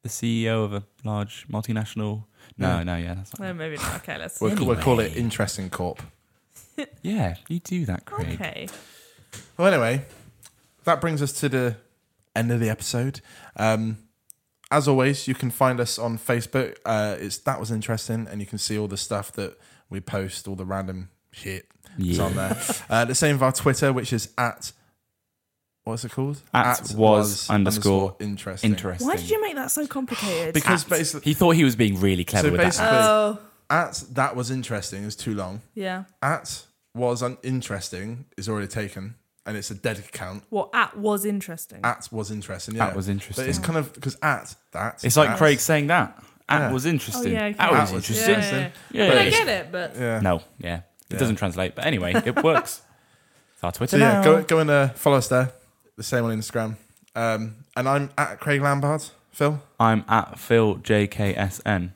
Speaker 2: the CEO of a large multinational. No, no, yeah, that's not,
Speaker 3: No, maybe not. Okay, let's.
Speaker 1: We'll, we'll call it Interesting Corp.
Speaker 2: yeah. You do that, Craig.
Speaker 3: Okay.
Speaker 1: Well, anyway, that brings us to the end of the episode. Um, as always, you can find us on Facebook. Uh, it's that was interesting, and you can see all the stuff that we post, all the random shit that's
Speaker 2: Yeah.
Speaker 1: on there. uh, the same with our Twitter, which is at what's it called?
Speaker 2: At was underscore
Speaker 1: interesting.
Speaker 2: Interesting.
Speaker 3: Why did you make that so complicated?
Speaker 1: Because basically,
Speaker 2: He thought he was being really clever
Speaker 1: so
Speaker 2: with that.
Speaker 1: basically,
Speaker 3: oh,
Speaker 1: at that was interesting is too long.
Speaker 3: yeah.
Speaker 1: At was uninteresting is already taken, and it's a dead account.
Speaker 3: What at was interesting.
Speaker 1: at was interesting. Yeah.
Speaker 2: At was interesting.
Speaker 1: But it's kind of because at that.
Speaker 2: It's like
Speaker 1: at-
Speaker 2: Craig saying that. That
Speaker 1: Yeah.
Speaker 2: was
Speaker 3: oh
Speaker 2: interesting.
Speaker 3: yeah. Okay.
Speaker 2: That was
Speaker 1: At was
Speaker 2: interesting.
Speaker 3: Yeah, yeah, yeah.
Speaker 2: Yeah,
Speaker 3: But I
Speaker 2: it's-
Speaker 3: get it, but
Speaker 1: Yeah.
Speaker 2: No, yeah. It doesesn't translate. But anyway, it works. It's our
Speaker 1: So
Speaker 2: Twitter
Speaker 1: yeah,
Speaker 2: now.
Speaker 1: go go and uh, follow us there. The same on Instagram. Um, and I'm at Craig Lambard. Phil,
Speaker 2: I'm at Phil JKSN.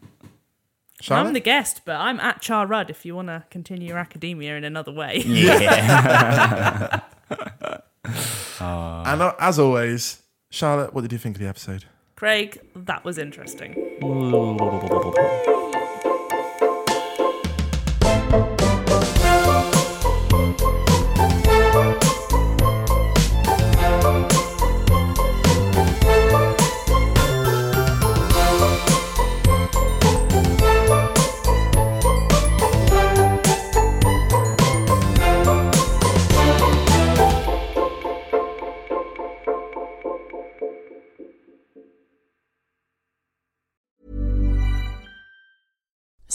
Speaker 1: Charlotte.
Speaker 3: I'm the guest, but I'm at Char Rudd. If you want to continue your academia in another way.
Speaker 2: Yeah.
Speaker 1: and uh, as always, Charlotte, what did you think of the episode?
Speaker 3: Craig, that was interesting.